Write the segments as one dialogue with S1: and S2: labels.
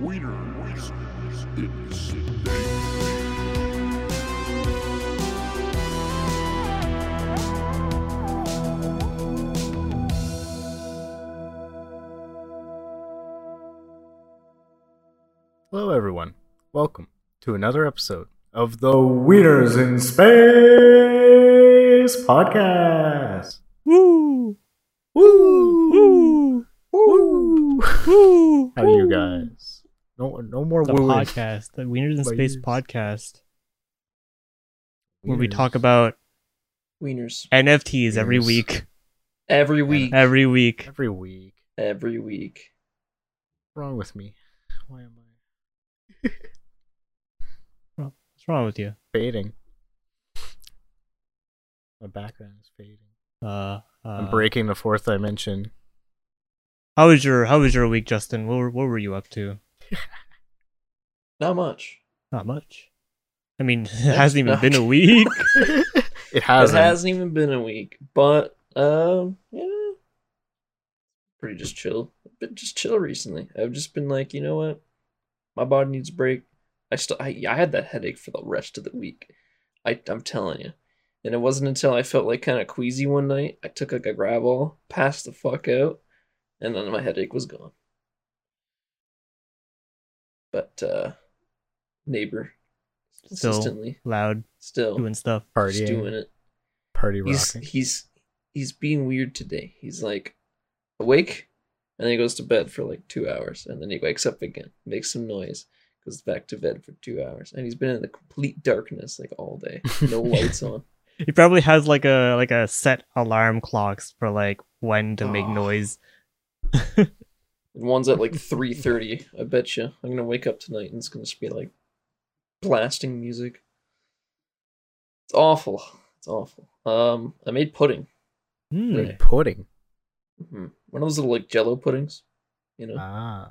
S1: Wieners. It's dangerous.
S2: Hello, everyone. Welcome to another episode of the Wieners in Space podcast. Woo! Woo! Woo! Woo! Woo! How are you guys? No, no more
S3: the
S2: woo.
S3: podcast, the Wieners in
S2: Wait.
S3: Space podcast, where we talk about
S4: Wieners.
S3: NFTs every
S2: Wieners.
S3: week.
S4: Every week.
S3: Every week.
S2: every week.
S4: Every week.
S2: What's wrong with me? Why am I
S3: What's wrong with you?
S2: fading? My background is fading.
S3: Uh, uh,
S2: I'm breaking the fourth dimension.
S3: How was your How was your week, Justin? What were, What were you up to?
S4: Not much.
S3: Not much. I mean, it hasn't even
S4: no.
S3: been a week.
S2: It
S4: It
S2: hasn't.
S4: hasn't even been a week, but um, yeah, pretty just chill. I've been just chill recently. I've just been like, you know what, my body needs a break. I still, I, I had that headache for the rest of the week. I, I'm telling you. And it wasn't until I felt like kind of queasy one night, I took like a gravel, passed the fuck out, and then my headache was gone. But uh, neighbor,
S3: Still
S4: consistently,
S3: Loud,
S4: still,
S3: doing stuff.
S2: Partying,
S4: just doing it
S2: party
S4: he's
S2: rocking.
S4: he's he's being weird today. He's like awake, and then he goes to bed for like two hours, and then he wakes up again, makes some noise, goes back to bed for two hours, and he's been in the complete darkness like all day, no lights on.
S3: He probably has like a like a set alarm clocks for like when to make
S2: Ah.
S4: Oh.
S3: noise.
S4: And one's at like three thirty. I bet you I'm gonna wake up tonight, and it's gonna just be like blasting music. It's awful. It's awful. Um, I made pudding.
S3: Hmm.
S4: Yeah.
S2: Pudding.
S4: hmm One of those little like Jello puddings. You know,
S2: Ah.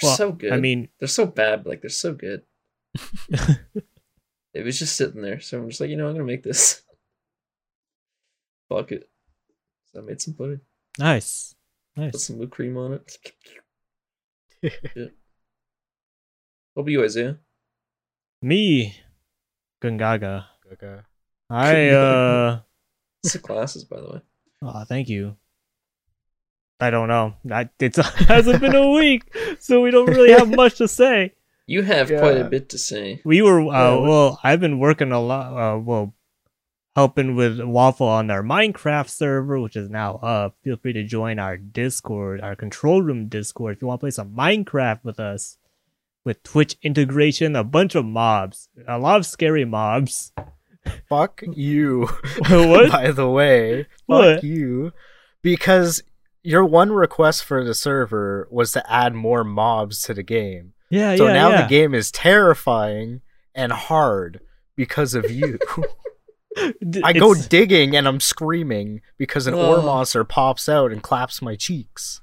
S4: they're
S3: Uh, Well,
S4: so good.
S3: I mean,
S4: They're so bad, but like they're so good. it was just sitting there, so I'm just like, you know, I'm gonna make this. Fuck it. So I made some pudding,
S3: nice,
S4: put
S3: nice.
S4: some whipped cream on it. yeah. What about you, Isaiah?
S3: Me, Gungaga.
S2: Okay.
S3: I uh.
S4: It's the classes, by the way.
S3: Oh, thank you. I don't know. I, it's, it hasn't been a week, so we don't really have much to say.
S4: You have quite a
S2: Yeah.
S4: bit to say.
S3: We were uh,
S2: Yeah, we-
S3: well. I've been working a lot. Uh, well, helping with Waffle on their Minecraft server, which is now up. Feel free to join our Discord, our control room Discord, if you want to play some Minecraft with us. With Twitch integration, a bunch of mobs, a lot of scary mobs.
S2: Fuck you.
S3: what?
S2: By the way, fuck
S3: What?
S2: you. Because your one request for the server was to add more mobs to the game.
S3: Yeah,
S2: So
S3: Uh, yeah,
S2: now
S3: yeah.
S2: the game is terrifying and hard because of you.
S3: D-
S2: I go
S3: it's-
S2: digging and I'm screaming because an ore
S4: Ugh.
S2: monster pops out and claps my cheeks.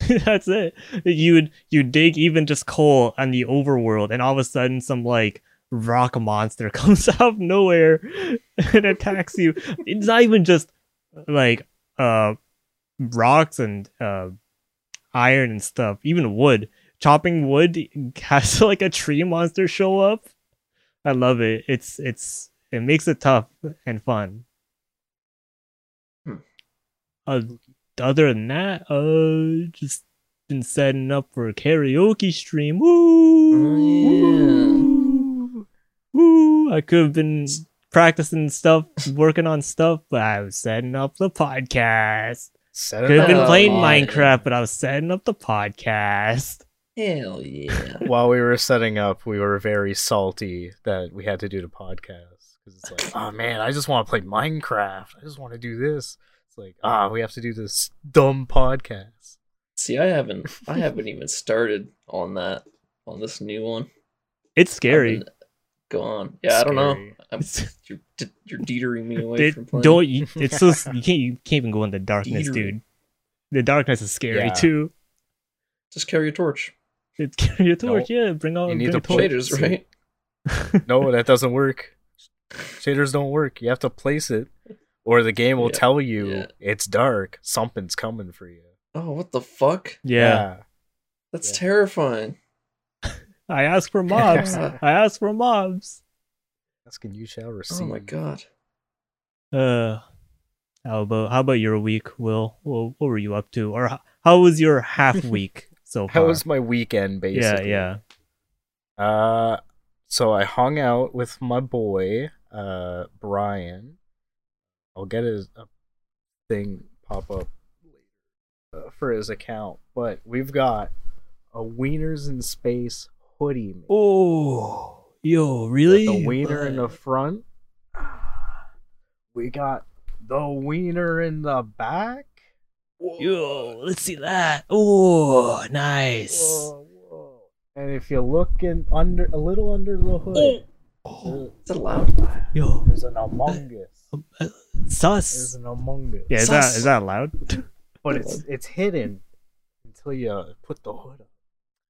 S3: That's it. You would you dig even just coal on the overworld, and all of a sudden some like rock monster comes out of nowhere and attacks you. It's not even just like uh rocks and uh iron and stuff, even wood. Chopping wood has like a tree monster show up. I love it. It's it's it makes it tough and fun.
S4: Hmm.
S3: Uh, other than that, uh, just been setting up for a karaoke stream. Woo! Woo! I could have been practicing stuff, working on stuff, but I was setting up the podcast.
S2: Set it
S3: Could have been
S2: up.
S3: playing
S4: Oh,
S3: Minecraft, but I was setting up the podcast.
S4: Hell yeah.
S2: While we were setting up, we were very salty that we had to do the podcast because it's like, oh man, I just want to play Minecraft. I just want to do this. It's like, ah, we have to do this dumb podcast.
S4: See, I haven't I haven't even started on that on this new one.
S3: It's scary.
S4: Go on. Yeah, I don't know.
S2: Scary.
S4: I'm, you're, you're deetering me away
S3: They-
S4: from playing.
S3: don't you, it's so you can't you can't even go in the darkness,
S4: Eatery.
S3: dude. The darkness is scary
S2: Yeah.
S3: too.
S4: Just carry a torch.
S3: It's carry your torch, yeah. Bring on
S2: You need
S3: bring
S2: to
S3: a
S2: Torch. play-
S4: Shaders, right?
S2: No, that doesn't work. Shaders don't work. You have to place it, or the game will
S4: Yeah,
S2: tell you
S4: yeah.
S2: it's dark. Something's coming for you.
S4: Oh, what the fuck?
S3: Yeah.
S4: That's
S2: Yeah.
S4: terrifying.
S3: I ask for mobs. I ask for mobs.
S2: Ask and you shall receive.
S4: Oh my god.
S3: Uh, how about how about your week, Will? Well, what were you up to, or how, how was your half week so far?
S2: How was my weekend,
S3: yeah,
S2: basically?
S3: yeah.
S2: yeah. Uh, so I hung out with my boy, uh, Brian. I'll get his a thing pop up uh, for his account, but we've got a Wieners in Space hoodie. man.
S3: Oh, yo, really?
S2: With The wiener in the front. We got the wiener in the back.
S3: Yo, let's see that. Oh, nice.
S2: Whoa, whoa. And if you look in under a little under the hood,
S4: Oh,
S2: there-
S4: is it allowed?
S3: Yo,
S2: there's an Among Us. There's
S3: sus.
S2: an Among Us.
S3: Yeah, is that is that allowed?
S2: But it's it's hidden until you put the hood up.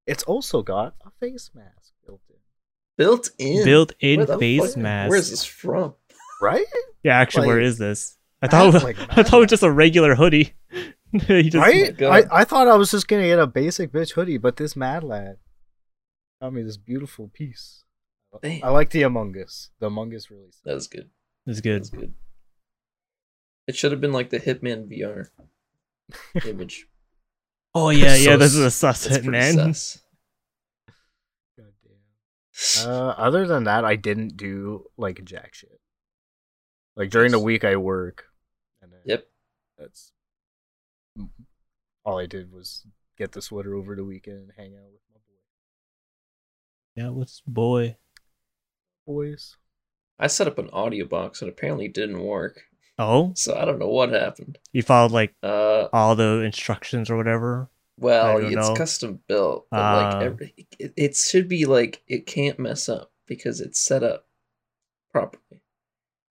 S2: It's also got a face mask built in.
S4: Built in. Where
S3: Built-in
S4: the
S3: face
S4: fuck-
S3: mask.
S4: Where's this from?
S2: Right?
S3: Yeah, actually, where
S2: Like,
S3: is this? I
S2: I
S3: thought
S2: have, like,
S3: I thought it was just a regular hoodie. He just-
S2: right?
S4: God.
S2: I, I thought I was just gonna get a basic bitch hoodie, but this mad lad got me this beautiful piece.
S4: Damn.
S2: I like the Among Us. The Among Us really
S4: That was good.
S3: It's
S4: That
S3: good.
S4: was good. It should have been like the Hitman VR image.
S3: Oh yeah, yeah.
S2: So
S3: This is a sus
S4: That's
S3: hit,
S4: pretty
S3: man.
S4: sus.
S2: goddamn. Uh, other than that, I didn't do like jack shit. Like during the
S4: Nice.
S2: week, I work. And then
S4: Yep.
S2: That's all I did was get the sweater over the weekend and hang out with my
S3: Yeah, what's boy?
S2: boys.
S4: I set up an audio box and apparently it didn't work.
S3: Oh,
S4: So I don't know what happened.
S3: you followed like
S4: Uh,
S3: all the instructions or whatever. I
S4: well,
S3: don't
S4: it's
S3: know.
S4: custom built. But
S3: Ah.
S4: like every, it, it should be like it can't mess up because it's set up properly.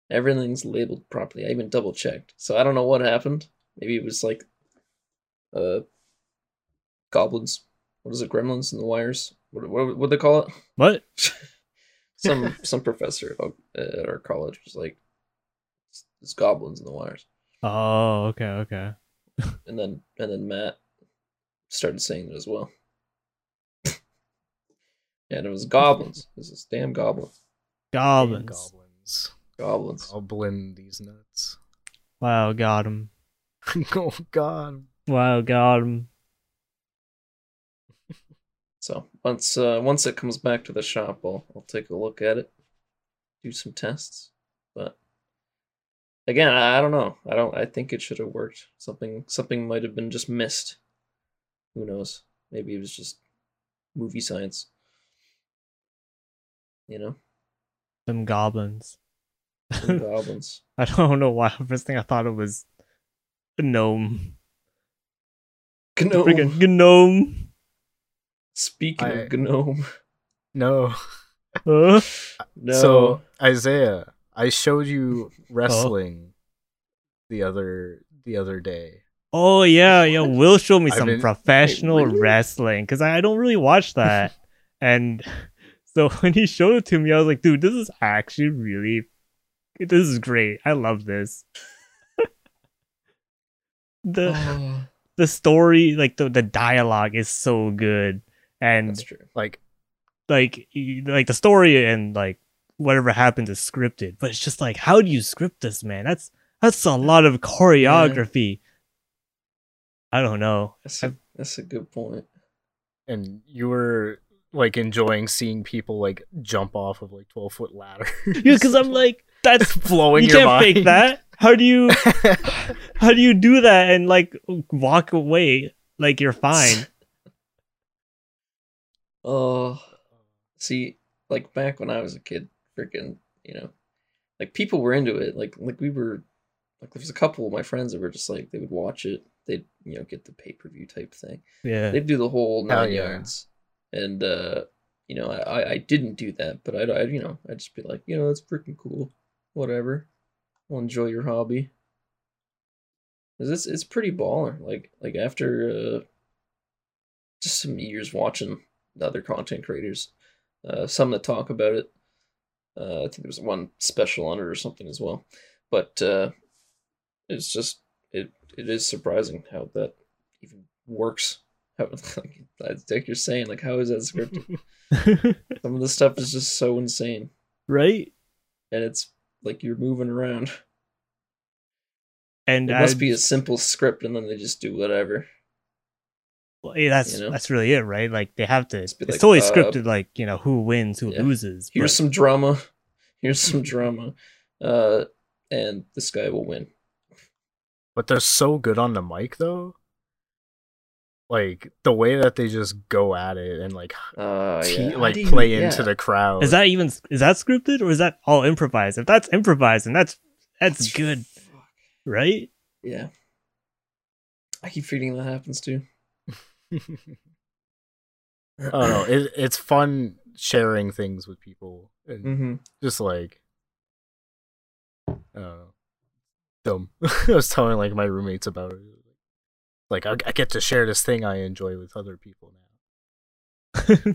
S4: Everything's labeled properly. I even double checked. So I don't know what happened. Maybe it was like uh goblins. What is it? Gremlins and the wires. What what what they call it?
S3: What?
S4: some some professor at, uh, at our college was like, "It's- "It's goblins in the wires,"
S3: Oh, okay, okay.
S4: and then and then Matt started saying it as well. and it was goblins. This is damn goblins.
S3: Goblins.
S2: Goblins.
S4: Goblins.
S2: Goblin these nuts.
S3: Wow, got him.
S2: oh God.
S3: Wow, got him.
S4: So once uh, once it comes back to the shop, I'll I'll take a look at it, do some tests. But again, I, I don't know. I don't. I think it should have worked. Something something might have been just missed. Who knows? Maybe it was just movie science. You know,
S3: Them goblins.
S4: some goblins.
S3: I don't know why. First thing I thought it was gnome.
S4: Gnome.
S3: Freaking gnome.
S4: Speaking
S2: I-
S4: of gnome,
S2: No.
S3: Huh?
S4: no.
S2: So Isaiah, I showed you wrestling the other the other day.
S3: Oh yeah, yeah.
S4: What?
S3: Will showed me
S2: I've
S3: some
S2: been-
S3: professional
S4: really?
S3: wrestling because I, I don't really watch that, and so when he showed it to me, I was like, dude, this is actually really, this is great. I love this. the
S2: Oh.
S4: Ah,
S3: the story, like the the dialogue, is so good, and
S4: that's true.
S2: Like
S3: like y- like the story and like whatever happens is scripted but it's just like how do you script this man that's that's a lot of choreography i don't know
S4: That's a, that's a good point.
S2: and you were like enjoying seeing people like jump off of like twelve foot ladders.
S3: yeah because i'm like that's
S2: blowing
S3: you
S2: your
S3: can't
S2: mind.
S3: fake that how do you how do you do that and like walk away like you're fine
S4: Oh, see, like back when I was a kid, freaking, you know, like people were into it. Like, like we were, like there was a couple of my friends that were just like they would watch it. They'd you know get the pay per view type thing.
S3: yeah
S4: They'd do the whole
S2: Hell
S4: nine
S2: yeah.
S4: yards. And uh, you know, I I- I didn't do that, but I'd, I'd you know I'd just be like, you know, that's freaking cool. Whatever, I'll enjoy your hobby. 'Cause it's it's pretty baller. Like like after uh, just some years watching the other content creators, uh, some that talk about it. Uh, I think there was one special on it or something as well, but uh, it's just it it is surprising how that even works, How- Like, that's like you're saying, like how is that scripted? Some of the stuff is just so insane,
S3: right?
S4: and it's like you're moving around.
S3: And
S4: It
S3: I-
S4: must be a simple script, and then they just do whatever.
S3: well, yeah, that's
S4: you know?
S3: that's really it, right? Like they have to. It's
S4: Just be like,
S3: totally
S4: uh,
S3: scripted, like you know who wins, who
S4: yeah.
S3: loses.
S4: Here's
S3: but-
S4: some drama. Here's some drama, uh, and this guy will win.
S2: But they're so good on the mic though. Like the way that they just go at it and like
S4: Uh,
S2: te-
S4: yeah. How
S2: like
S4: do you-
S2: play
S4: yeah.
S2: into the crowd.
S3: is that even is that scripted or is that all improvised? If that's improvised, and that's that's good,
S4: Fuck.
S3: right?
S4: Yeah, I keep feeling that happens too.
S2: I don't know. Oh, It, it's fun sharing things with people and
S4: Mm-hmm.
S2: just like I don't know, dumb. I was telling like my roommates about it. Like I, I get to share this thing I enjoy with other people now.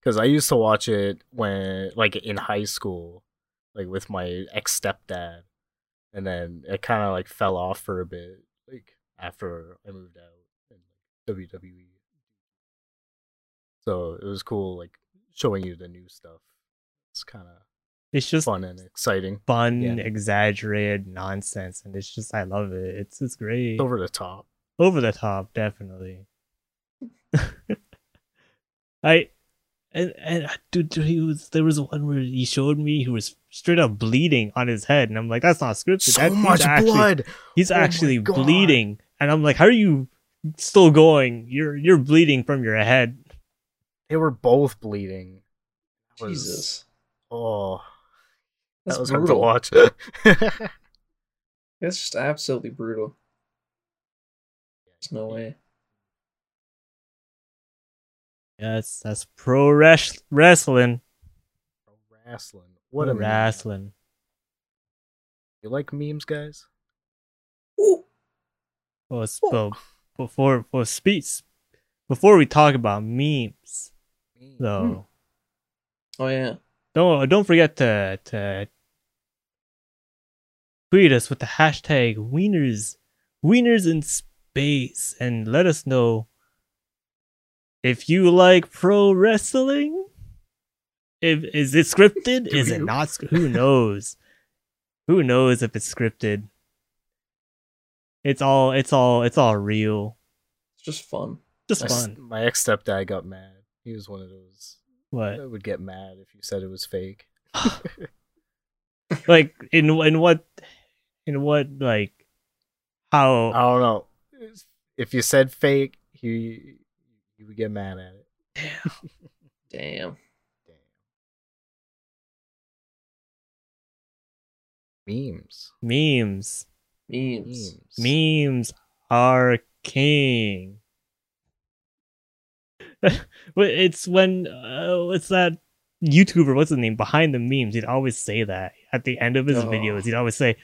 S2: Because I used to watch it when like in high school, like with my ex stepdad, and then it kind of like fell off for a bit, like after I moved out and WWE. So it was cool, like showing you the new stuff. It's kind of
S3: It's just
S2: fun and exciting.
S3: fun,
S2: Yeah.
S3: exaggerated nonsense, and it's just I love it. It's it's great.
S2: It's over the top.
S3: over the top, definitely. I and and I- dude, dude, he was there was one where he showed me he was straight up bleeding on his head, and I'm like, that's not scripted.
S2: So
S3: That- he's
S2: much
S3: actually-
S2: blood.
S3: He's
S2: Oh my
S3: actually
S2: God.
S3: bleeding, and I'm like, how are you still going? You're you're bleeding from your head.
S2: They were both bleeding. That was-
S4: Jesus,
S2: Oh,
S4: that's
S2: that was
S4: brutal.
S2: hard to watch.
S4: That's just absolutely brutal. There's no way.
S3: Yes, that's pro res- wrestling.
S2: Wrestling. What a
S3: pro
S2: meme.
S3: wrestling.
S2: You like memes, guys?
S3: Well, s- well, before for speech, before we talk about memes, though.
S2: Hmm.
S4: Oh yeah,
S3: Don't don't forget to to tweet us with the hashtag Wieners Wieners in Space and let us know if you like pro wrestling. If is it scripted?
S2: Do
S3: is it
S2: you?
S3: not? sc- Who knows? Who knows if it's scripted? It's all it's all it's all real.
S4: it's just fun.
S3: Just
S2: My,
S3: fun.
S2: my ex stepdad got mad. He was one of those
S3: What?
S2: that would get mad if you said it was fake.
S3: Like in in what in what like how
S2: I don't know. If you said fake, he he would get mad at it.
S4: Damn.
S2: Damn. Memes.
S3: memes
S4: Memes.
S2: Memes.
S3: Memes are king. But it's when uh, what's that YouTuber? What's his name? Behind the memes, he'd always say that at the end of his
S4: Oh.
S3: videos. He'd always say,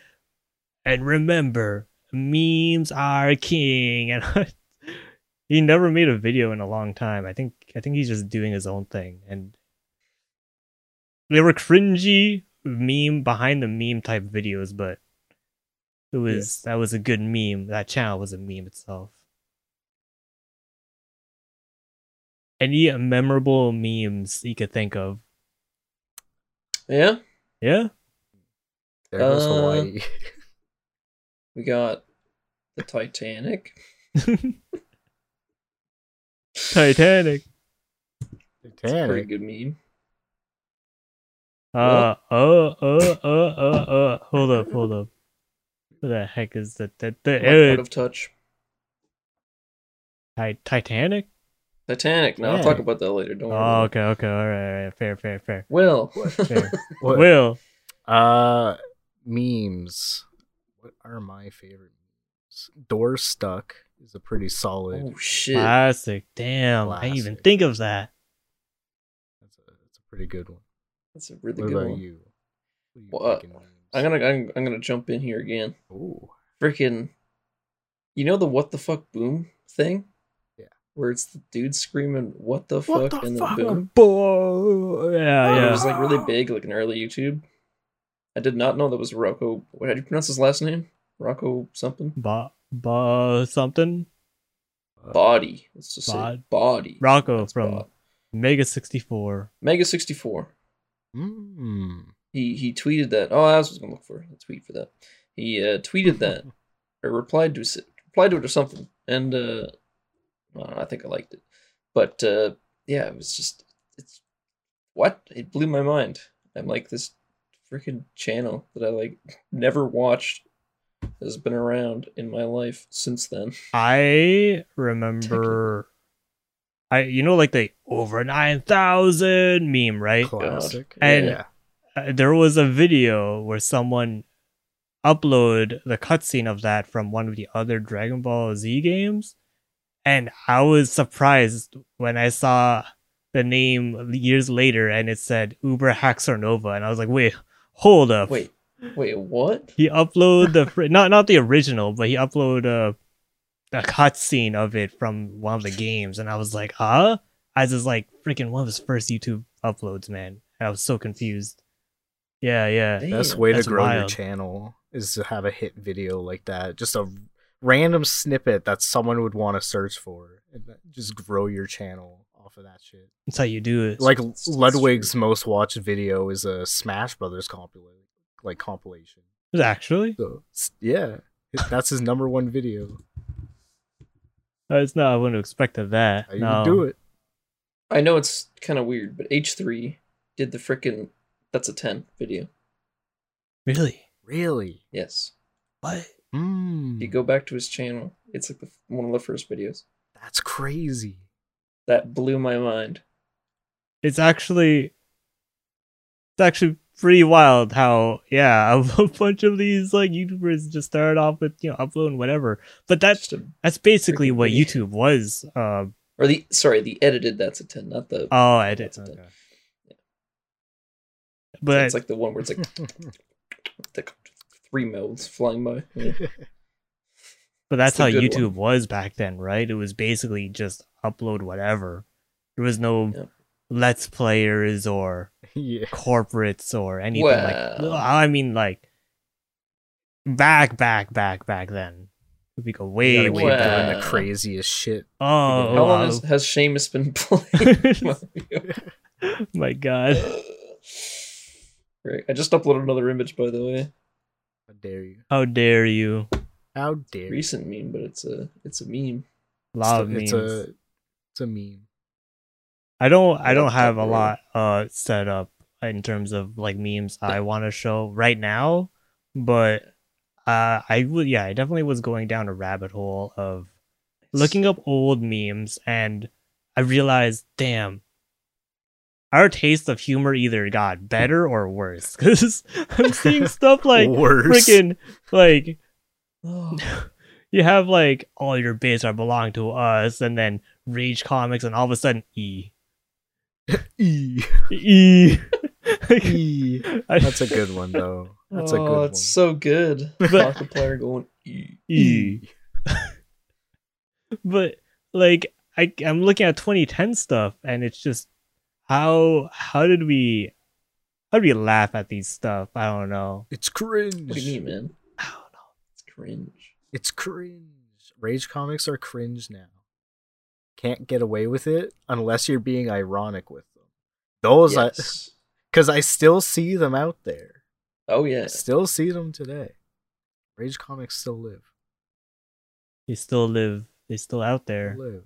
S3: "And remember, memes are king." And he never made a video in a long time. I think I think he's just doing his own thing. And they were cringy meme behind the meme type videos, but it was that was a good meme. That channel was a meme itself. Any memorable memes you could think of?
S4: Yeah,
S3: Yeah,
S2: There goes
S4: Uh,
S2: Hawaii.
S4: we got the Titanic.
S3: Titanic.
S4: It's a pretty
S2: Titanic.
S4: good meme.
S3: Uh oh oh oh oh oh. Hold up, hold up. What the heck is that? That
S4: I'm out
S3: the uh,
S4: of touch.
S3: ti- Titanic?
S4: Titanic. No, I'll
S2: Yeah.
S4: talk about that later. Don't worry.
S3: Oh,
S4: about it.
S3: okay, okay, all right, all right. fair, fair, fair,
S4: Will.
S3: fair.
S2: What-
S3: Will,
S2: Uh, memes. What are my favorite memes? Door stuck is a pretty solid.
S4: oh shit.
S3: classic. Damn, I didn't even
S2: Classic.
S3: think of that.
S2: That's a, that's a pretty good one.
S4: That's a really
S2: what
S4: good
S2: about
S4: one.
S2: you? What do you
S4: Well, uh,
S2: think in memes?
S4: I'm gonna I'm, I'm gonna jump in here again.
S2: Ooh,
S4: Freaking, you know the what the fuck boom thing?
S2: Yeah.
S4: Where it's the dude screaming what the
S2: What
S4: fuck
S2: the
S4: and
S2: fuck?
S4: then boom.
S3: Boy, yeah,
S4: It
S3: yeah.
S4: was like really big, like in early YouTube. I did not know that was Rocco. What how do you pronounce his last name? Rocco something.
S3: Ba ba something.
S4: body. Let's just say
S3: bod-
S4: body.
S3: Rocco
S4: That's
S3: from
S4: bod.
S3: Mega 64.
S4: Mega sixty four.
S2: Mm.
S4: He he tweeted that. Oh, I was gonna look for a tweet for that. He uh, tweeted that or replied to s- replied to it or something, and uh, I, don't know, I think I liked it. But uh, yeah, it was just it's what it blew my mind. I'm like this freaking channel that I like never watched has been around in my life since then.
S3: I remember, I you know, like the over 9,000 meme, right?
S2: Classic.
S3: And-
S2: yeah.
S3: Uh, there was a video where someone uploaded the cutscene of that from one of the other Dragon Ball Z games, and I was surprised when I saw the name years later, and it said Uber Haxor Nova, and I was like, wait, hold up,
S4: Wait, wait, what?
S3: He uploaded the fr- not not the original, but he uploaded a a cutscene of it from one of the games, and I was like, huh? I was like freaking one of his first YouTube uploads, man. And I was so confused. Yeah, yeah.
S2: Best
S4: Damn.
S2: way to
S3: That's
S2: grow your
S3: wild.
S2: channel is to have a hit video like that. Just a random snippet that someone would want to search for. And that- just grow your channel off of that shit.
S3: That's how you do it.
S2: Like
S4: it's true.
S2: Ludwig's most watched video is a Smash Brothers compilation, like compilation.
S3: actually,
S2: So s- yeah, that's his number one video.
S3: Uh, it's not. I wouldn't have expected that.
S2: How you
S3: no.
S2: do it?
S4: I know it's kind of weird, but H three did the freaking that's a ten video.
S3: Really?
S2: Really?
S4: Yes.
S3: What?
S2: Mm,
S3: Hmm.
S4: If you go back to his channel, it's like the, one of the first videos.
S2: that's crazy.
S4: That blew my mind.
S3: It's actually, it's actually pretty wild. How yeah, a bunch of these like YouTubers just started off with you know uploading whatever, but that's
S4: Just a,
S3: That's basically
S4: Freaking
S3: what
S4: idiot.
S3: YouTube was. Uh,
S4: or the sorry, the edited that's a ten, not the.
S3: oh, I did.
S4: That's a 10.
S2: Okay.
S3: But
S4: It's like the one where it's like the three mils flying by. Yeah.
S3: but that's
S4: it's a
S3: how
S4: good
S3: YouTube
S4: one.
S3: was back then, right? It was basically just upload whatever. There was no
S4: Yep.
S3: let's players or
S2: yeah.
S3: corporates or anything like.
S4: Well.
S3: I mean, like back, back, back, back then. We go way,
S2: Gotta keep
S3: way
S2: doing
S3: back.
S2: the craziest shit.
S3: Oh,
S2: How
S4: How long
S3: wow.
S4: has, has Seamus been playing? Mario?
S3: my god!
S4: Right, I just uploaded another image, by the way.
S2: How dare you?
S3: How dare you?
S2: How dare you?
S4: Recent meme, but it's a it's a meme.
S3: A lot of
S2: it's,
S3: memes.
S2: a, it's a meme.
S3: I don't I don't
S4: Laptop
S3: have a
S4: or-
S3: lot uh set up in terms of like memes I want to show right now, but uh I would yeah, I definitely was going down a rabbit hole of looking up old memes and I realized, damn, our taste of humor either got better or worse cuz I'm seeing stuff like
S2: Worse.
S3: freaking like
S4: Oh,
S3: you have like all your bits are belong to us and then rage comics and all of a sudden e
S2: E.
S3: E. Like,
S2: E.
S3: I-
S2: That's a good one though. That's a
S4: oh,
S2: good one.
S4: it's so good.
S3: But-
S4: Markiplier going. "E."
S3: E. But like I, I'm looking at 2010 stuff, and it's just how how did we how did we laugh at these stuff? I don't know.
S2: It's cringe.
S4: What do you mean, man?
S3: I don't know.
S4: It's cringe.
S2: It's cringe. Rage comics are cringe now. Can't get away with it unless you're being ironic with them. Those
S4: Yes.
S2: because I still see them out there.
S4: Oh
S2: I
S4: yeah.
S2: still see them today. Rage comics still live.
S3: They still live. They still out there.
S2: Still live.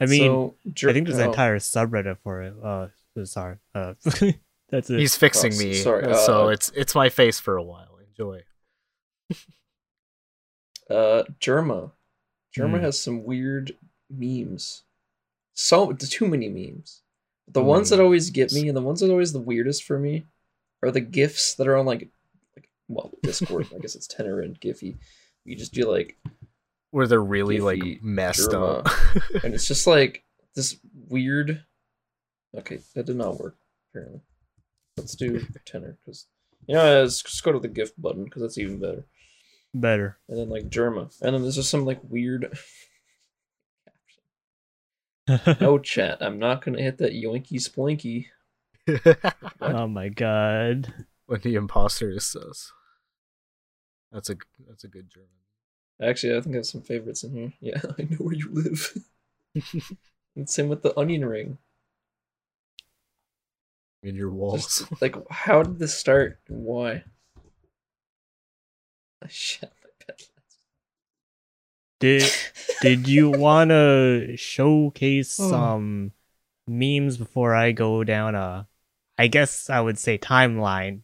S3: I mean,
S4: So, Jer-
S3: I think there's an
S4: oh,
S3: entire subreddit for it. Uh, sorry. Uh, that's it.
S2: He's fixing
S4: s-
S2: me.
S4: sorry, uh,
S2: so
S4: uh,
S2: it's it's my face for a while. Enjoy.
S4: Uh, Germa. Germa
S3: Hmm.
S4: has some weird memes. So too many memes. The
S2: Too
S4: ones
S2: many
S4: that always
S3: Hmm.
S4: get
S2: memes.
S4: me, and the ones that are always the weirdest for me, are the gifs that are on like, like well, Discord. I guess it's Tenor and Giphy. You just do like,
S2: Where they're really
S4: Goofy
S2: like messed
S4: drama.
S2: up.
S4: and it's just like this weird. Okay, that did not work. Apparently, let's do Tenor because you know let's just go to the GIF button because that's even better.
S3: better.
S4: and then like Germa, and then there's just some like weird. no Oh, chat. I'm not gonna hit that yoinky splinky.
S3: oh my god.
S2: when the imposter is sus. That's a that's a good German.
S4: Actually, I think I have some favorites in here. Yeah, I know where you live. and same with the onion ring.
S2: in your walls.
S4: Just, like, how did this start? and Why? I shat my bed.
S3: Did did you wanna showcase
S4: Oh.
S3: some memes before I go down a I guess I would say timeline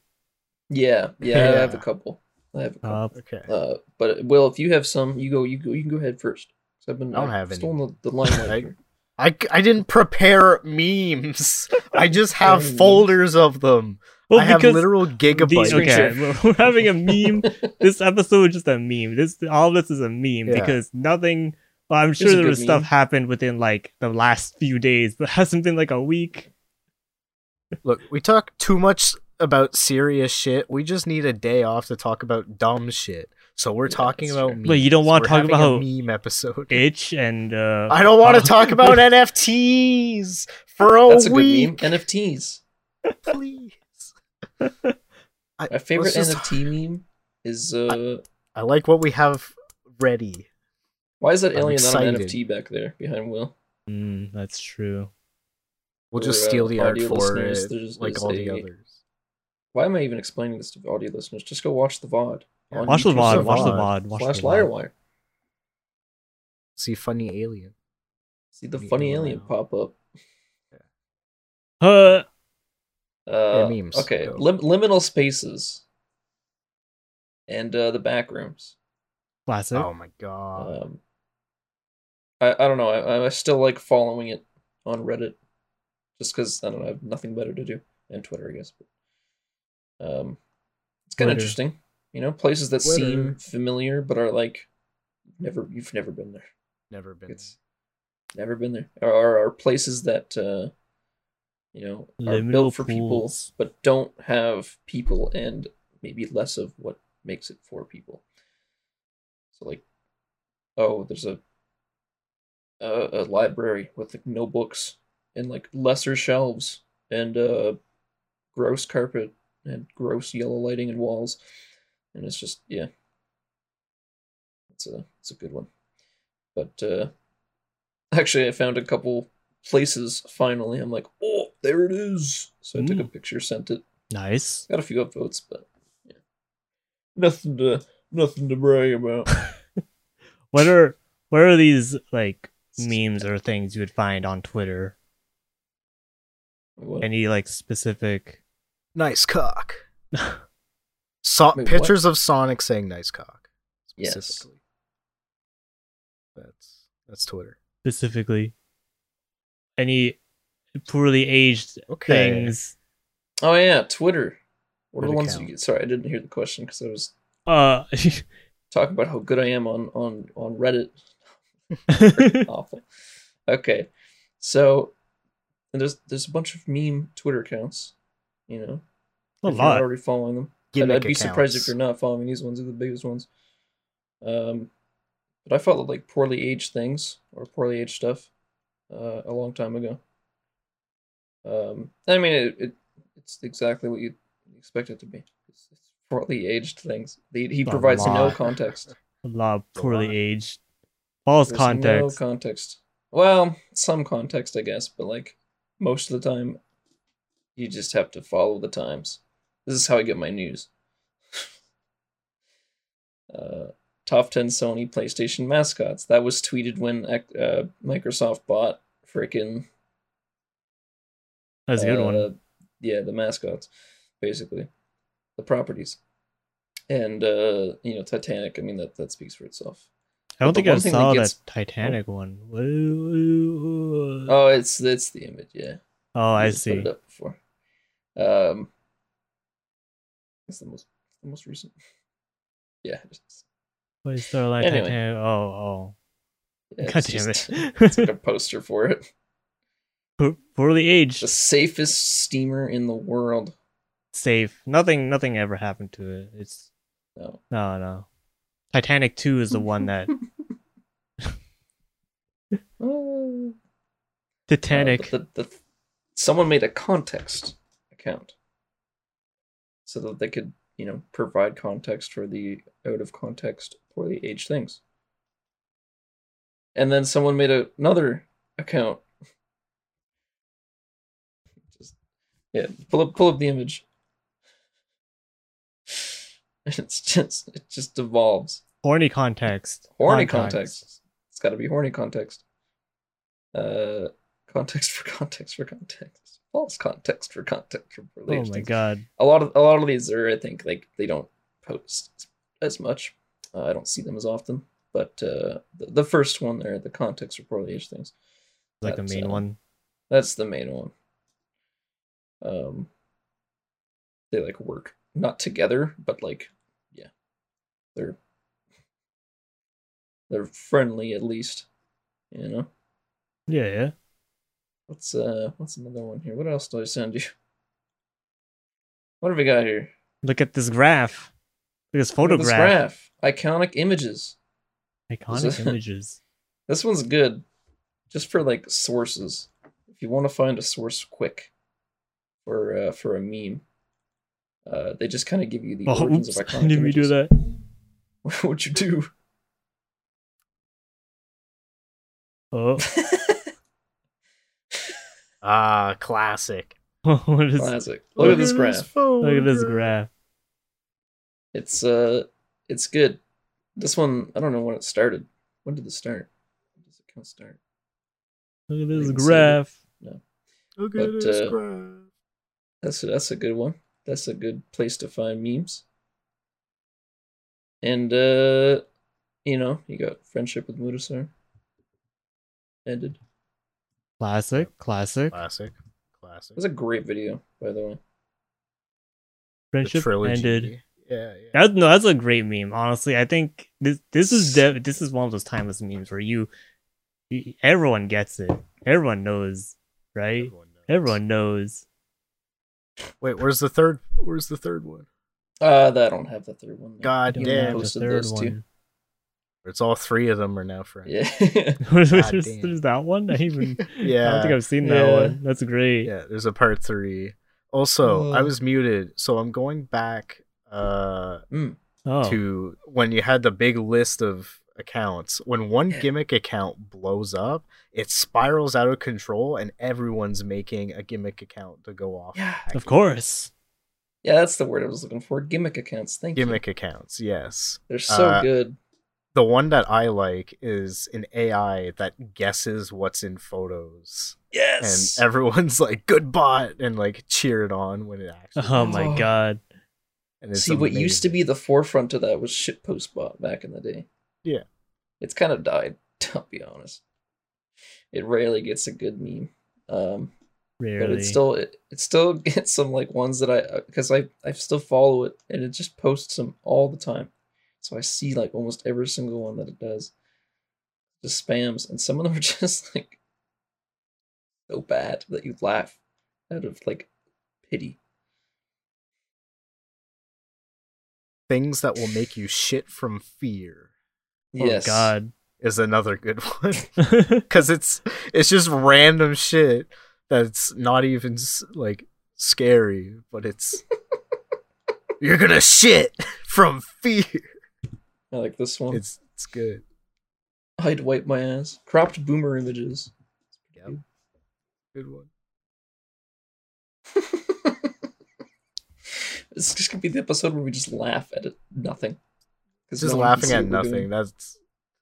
S4: Yeah, yeah, I have a
S2: Yeah.
S4: couple. I have a couple.
S3: up?
S2: Okay.
S4: Uh, but Will, if you have some, you go. You go. You can go ahead first. 'Cause I've been.
S2: I don't
S4: I've
S2: have any.
S4: stolen the, the limelight.
S2: I-
S4: here.
S2: I, I didn't prepare memes. I just have
S4: Sorry.
S2: folders of them.
S3: Well
S2: I have
S3: because
S2: literal gigabytes.
S3: these, okay,
S4: Screenshot.
S3: we're, we're having a meme. this episode is just a meme. This all this is a meme
S2: Yeah.
S3: because nothing well, I'm sure
S4: a
S3: there
S4: good
S3: was stuff
S4: meme.
S3: happened within like the last few days, but hasn't been like a week.
S2: Look, we talk too much about serious shit. We just need a day off to talk about dumb shit. So we're
S4: Yeah,
S2: talking
S4: that's
S2: about
S4: true.
S2: memes.
S3: But you don't wanna
S2: We're
S3: talk
S2: having
S3: about-
S2: a meme episode.
S3: Itch and uh
S2: I don't want
S3: uh,
S2: to talk about NFTs for a
S4: That's a
S2: week,
S4: good meme. NFTs.
S2: please. I,
S4: My favorite
S2: let's just-
S4: NFT meme is. uh
S2: I like what we have ready.
S4: Why is that
S2: I'm
S4: alien not an
S2: excited.
S4: NFT back there behind Will?
S3: mm, that's true.
S2: We'll just
S4: For, uh,
S2: steal the art
S4: audio
S2: for
S4: listeners,
S2: it,
S4: there's-
S2: like
S4: there's
S2: all
S4: a-
S2: the others.
S4: Why am I even explaining this to audio listeners? Just go watch the VOD.
S2: Yeah,
S4: on
S3: Watch the
S4: YouTube
S3: VOD,
S2: Microsoft
S3: watch the
S2: VOD.
S3: VOD, watch
S4: Slash
S3: the VOD.
S4: Wirewire.
S2: See funny alien.
S4: See the
S2: Me
S4: funny
S2: and
S4: alien
S2: Will.
S4: pop up.
S3: Uh,
S4: Uh,
S2: Yeah, memes,
S4: Okay,
S2: though.
S4: lim- liminal spaces. And uh, the back rooms.
S3: classic.
S2: Oh my god.
S4: Um, I, I don't know. I, I still like following it on Reddit, just because I don't know. I have nothing better to do, and Twitter, I guess. But, um, it's kind
S3: Twitter.
S4: of interesting, you know, places that seem
S2: Twitter.
S4: familiar but are like never. You've never been there.
S2: Never been.
S4: It's never been there. Or, or are places that uh, you know are
S3: Liminal
S4: built for
S3: pools.
S4: people but don't have people and maybe less of what makes it for people. So like, oh, there's a a, a library with like, no books and like lesser shelves and uh, gross carpet and gross yellow lighting and walls, and it's just yeah. It's a it's a good one, but uh, actually I found a couple places finally. I'm like, oh, there it is. So I took a
S3: Mm.
S4: picture, sent it.
S3: nice.
S4: Got a few upvotes, but yeah, nothing to nothing to brag about.
S3: What are what are these like memes or things you would find on Twitter?
S4: What?
S3: Any like specific?
S2: Nice cock. so-
S4: Wait, what?
S2: pictures of Sonic saying nice cock.
S4: Yes.
S2: Specifically. That's that's Twitter.
S3: specifically any poorly aged
S2: Okay.
S3: things
S4: Oh yeah, Twitter. What are
S2: Would
S4: the
S2: it
S4: ones
S2: count?
S4: you? Sorry, I didn't hear the question because I was
S3: uh
S4: talking about how good I am on on on Reddit. Awful. Okay, so and there's there's a bunch of meme Twitter accounts. You know,
S3: a
S4: if you're
S3: lot
S4: already following them. I'd,
S2: Gimmick
S4: I'd be surprised if
S2: accounts.
S4: you're not following these ones. They're the biggest ones. Um, but I followed like poorly aged things or poorly aged stuff uh, a long time ago. Um, I mean, it, it it's exactly what you expect it to be. It's, it's poorly aged things. They, he
S3: A
S4: provides no
S3: lot.
S4: context.
S3: a lot of
S2: A
S3: poorly
S2: lot.
S3: aged false
S4: There's
S3: context
S4: No uh, context. Well, some context, I guess, but like most of the time, you just have to follow the times. This is how I get my news. uh, top 10 Sony PlayStation mascots. That was tweeted when uh, Microsoft bought freaking
S3: that's a good one
S4: uh, Yeah, the mascots, basically, the properties, and uh, you know Titanic. I mean that that speaks for itself.
S3: i don't
S4: the
S3: think i
S4: one thing that
S3: saw
S4: gets-
S3: that titanic one Woo-
S4: Oh, it's it's the image. Yeah.
S3: oh
S4: I
S3: i
S4: just put
S3: see
S4: it up before. Um, it's the most the most recent. Yeah. It's,
S3: Wait, Starlight
S4: Anyway.
S3: Titanic. oh
S4: yeah,
S3: oh
S4: it's
S3: god damn
S4: just- like
S3: it
S4: a poster for it.
S3: Po- poorly aged
S4: The safest steamer in the world.
S3: safe nothing nothing ever happened to it it's
S4: No.
S3: no no titanic 2 is the one that
S4: Oh.
S3: titanic
S4: Uh, but the, the, someone made a context account so that they could, you know, provide context for the out of context poorly aged things. and then someone made a- another account. Just, yeah, pull up, pull up the image. And it's just, it just devolves.
S3: Horny context.
S4: Horny context. It's got to be horny context. Uh, context for context for context. False context for context for
S3: Oh
S4: relations
S3: my god.
S4: a lot of a lot of these are I think like they don't post as much. Uh, I don't see them as often, but uh, the, the first one there, the context report age things,
S3: Like the
S4: That's,
S3: main
S4: uh,
S3: one.
S4: that's the main one. Um, they like work not together, but like yeah, they're they're friendly at least, you know.
S3: Yeah, yeah.
S4: What's uh what's another one here? What else do I send you? What have we got here?
S3: Look at this graph. Look at this
S4: Look at this
S3: photograph.
S4: graph. Iconic images.
S3: Iconic images.
S4: This one's good, just for like sources. If you want to find a source quick, for uh, for a meme, uh, they just kind of give you the
S3: Oh,
S4: origins
S3: oops.
S4: of iconic
S3: Didn't we do
S4: images.
S3: that?
S4: What'd you do?
S3: Oh,
S2: Ah, classic.
S3: what is, look
S4: Classic. Look at this graph.
S3: at this graph.
S4: It's uh, it's good. This one, I don't know when it started. When did this start? When does it kind of start?
S3: Look at
S4: You
S3: this
S4: can see
S3: graph.
S2: Look
S4: at But, this uh,
S2: graph.
S4: That's a, that's a good one. That's a good place to find memes. And uh you know, you got friendship with Mudasar. Ended.
S3: Classic, classic.
S2: Classic.
S4: It
S2: Classic.
S4: was a great video, by the way.
S2: The
S3: Friendship
S2: trilogy.
S3: ended.
S2: Yeah, yeah.
S3: That, no, that's a great meme. Honestly, I think this this is de- this is one of those timeless memes where you, you everyone gets it. Everyone knows, right?
S2: Everyone knows.
S3: Everyone knows.
S2: Wait, where's the third? Where's the third one?
S4: Uh that I don't have the third one. though.
S2: God
S3: You
S4: Yeah,
S3: don't have
S2: damn!
S3: the
S4: posted
S3: third
S4: those two.
S3: one.
S2: It's all three of them are now friends.
S4: Yeah.
S3: there's,
S2: damn.
S3: there's that one. I even. I don't
S2: yeah.
S3: think I've seen that
S4: Yeah.
S3: one. That's great.
S2: Yeah, there's a part three. Also, I
S4: Oh.
S2: was muted, so I'm going back uh
S4: Mm.
S3: Oh,
S2: to when you had the big list of accounts. When one
S4: Yeah.
S2: gimmick account blows up, it spirals out of control and everyone's making a gimmick account to go off.
S4: Yeah.
S2: back.
S3: of course.
S4: Yeah, that's the word I was looking for. Gimmick accounts. Thank
S2: Gimmick accounts, yes.
S4: you. They're so
S2: uh,
S4: good.
S2: The one that I like is an AI that guesses what's in photos. And
S4: Yes.
S2: everyone's like, good bot, and like cheered on when it actually.
S3: Oh my
S4: Oh.
S3: god.
S2: and it's
S4: See, what used to
S2: amazing.
S4: be the forefront of that was shitpost bot back in the day.
S2: Yeah.
S4: It's kind of died, to be honest. It rarely gets a good meme. Um,
S3: Rarely.
S4: but it still it, it still gets some like ones that I because I I still follow it and it just posts them all the time, so I see like almost every single one that it does, just spams and some of them are just like so bad that you laugh out of like pity.
S2: things that will make you shit from fear
S3: oh
S4: yes,
S3: god.
S2: is another good one because it's it's just random shit that's not even s- like scary, but it's you're gonna shit from fear.
S4: I like this one.
S2: It's it's good.
S4: I'd wipe my ass. Cropped boomer images.
S2: Yep. Good one.
S4: It's just gonna be the episode where we just laugh at it, nothing. 'Cause
S2: Just
S4: no one can
S2: laughing
S4: see
S2: at
S4: what we're
S2: nothing.
S4: doing.
S2: That's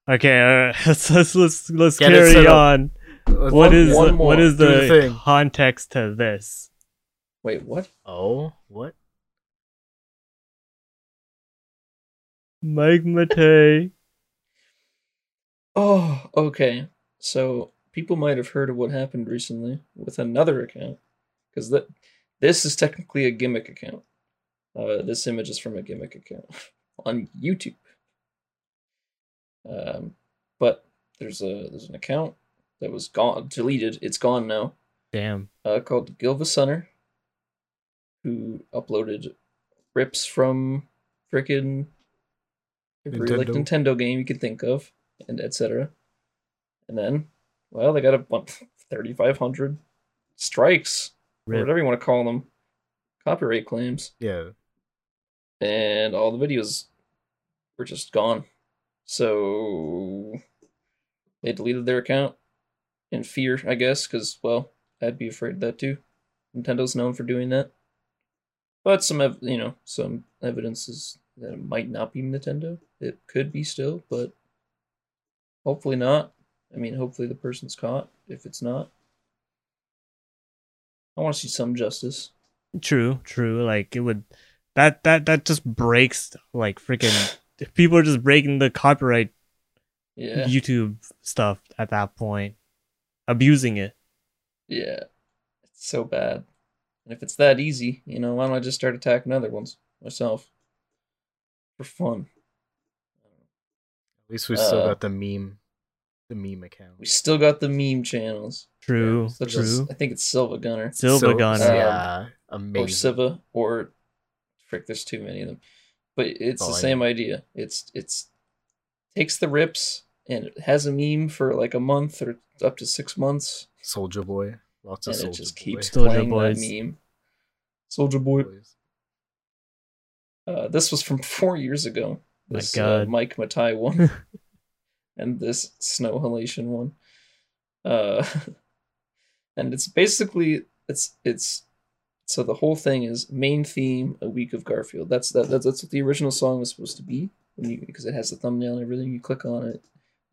S3: okay, all right. let's let's let's, let's
S2: Get it set
S3: carry
S2: up.
S3: on.
S2: that's
S3: What
S4: one-
S3: is
S4: one
S3: the-
S4: more.
S3: what is
S2: Do the
S3: the
S2: thing.
S3: context to this?
S4: Wait, what?
S2: Oh, what?
S3: Mike Matei.
S4: Oh, okay. So people might have heard of what happened recently with another account, because that this is technically a gimmick account. Uh, this image is from a gimmick account on YouTube. Um, but there's a there's an account that was gone deleted. It's gone now.
S3: Damn.
S4: uh, called Gilva Sunner, who uploaded rips from frickin' every like
S2: Nintendo.
S4: Nintendo game you could think of, and etc. And then, well, they got a bunch, 3,500 strikes, or
S3: Rip.
S4: whatever you want to call them, copyright claims,
S2: Yeah.
S4: and all the videos were just gone. So They deleted their account in fear, I guess, because, well, I'd be afraid of that too. Nintendo's known for doing that. But some, ev- you know, some evidence is that it might not be Nintendo. It could be still, but hopefully not. I mean, hopefully the person's caught. If it's not, I want to see some justice.
S3: True, true. Like it would that that that just breaks like freaking people are just breaking the copyright
S4: Yeah,
S3: YouTube stuff at that point, abusing it.
S4: yeah, it's so bad. And if it's that easy, you know, why don't I just start attacking other ones myself for fun?
S2: At least we still
S4: Uh,
S2: got the meme, the meme account.
S4: We still got the meme channels,
S3: True,
S4: such as
S3: true.
S4: I think it's Silva Gunner
S3: Silver
S2: So-
S3: Gunner.
S4: uh,
S2: yeah,
S4: or
S2: amazing.
S4: Siva or frick. There's too many of them, but it's
S2: Oh,
S4: the
S2: I
S4: same
S2: know.
S4: idea. It's it's takes the rips and it has a meme for like a month or up to six months.
S2: Soldier Boy, lots of
S4: and it
S2: Soldier
S4: just keeps
S3: Soulja
S4: playing
S3: Boys.
S4: that meme. Soldier
S2: Boy.
S4: boy. Uh, this was from four years ago.
S3: My
S4: This, uh,
S3: God.
S4: Mike Matai one, and this snow halation one. Uh, and it's basically it's it's so the whole thing is main theme a week of Garfield. That's that that's, that's what the original song was supposed to be. When you because it has the thumbnail and everything, you click on it.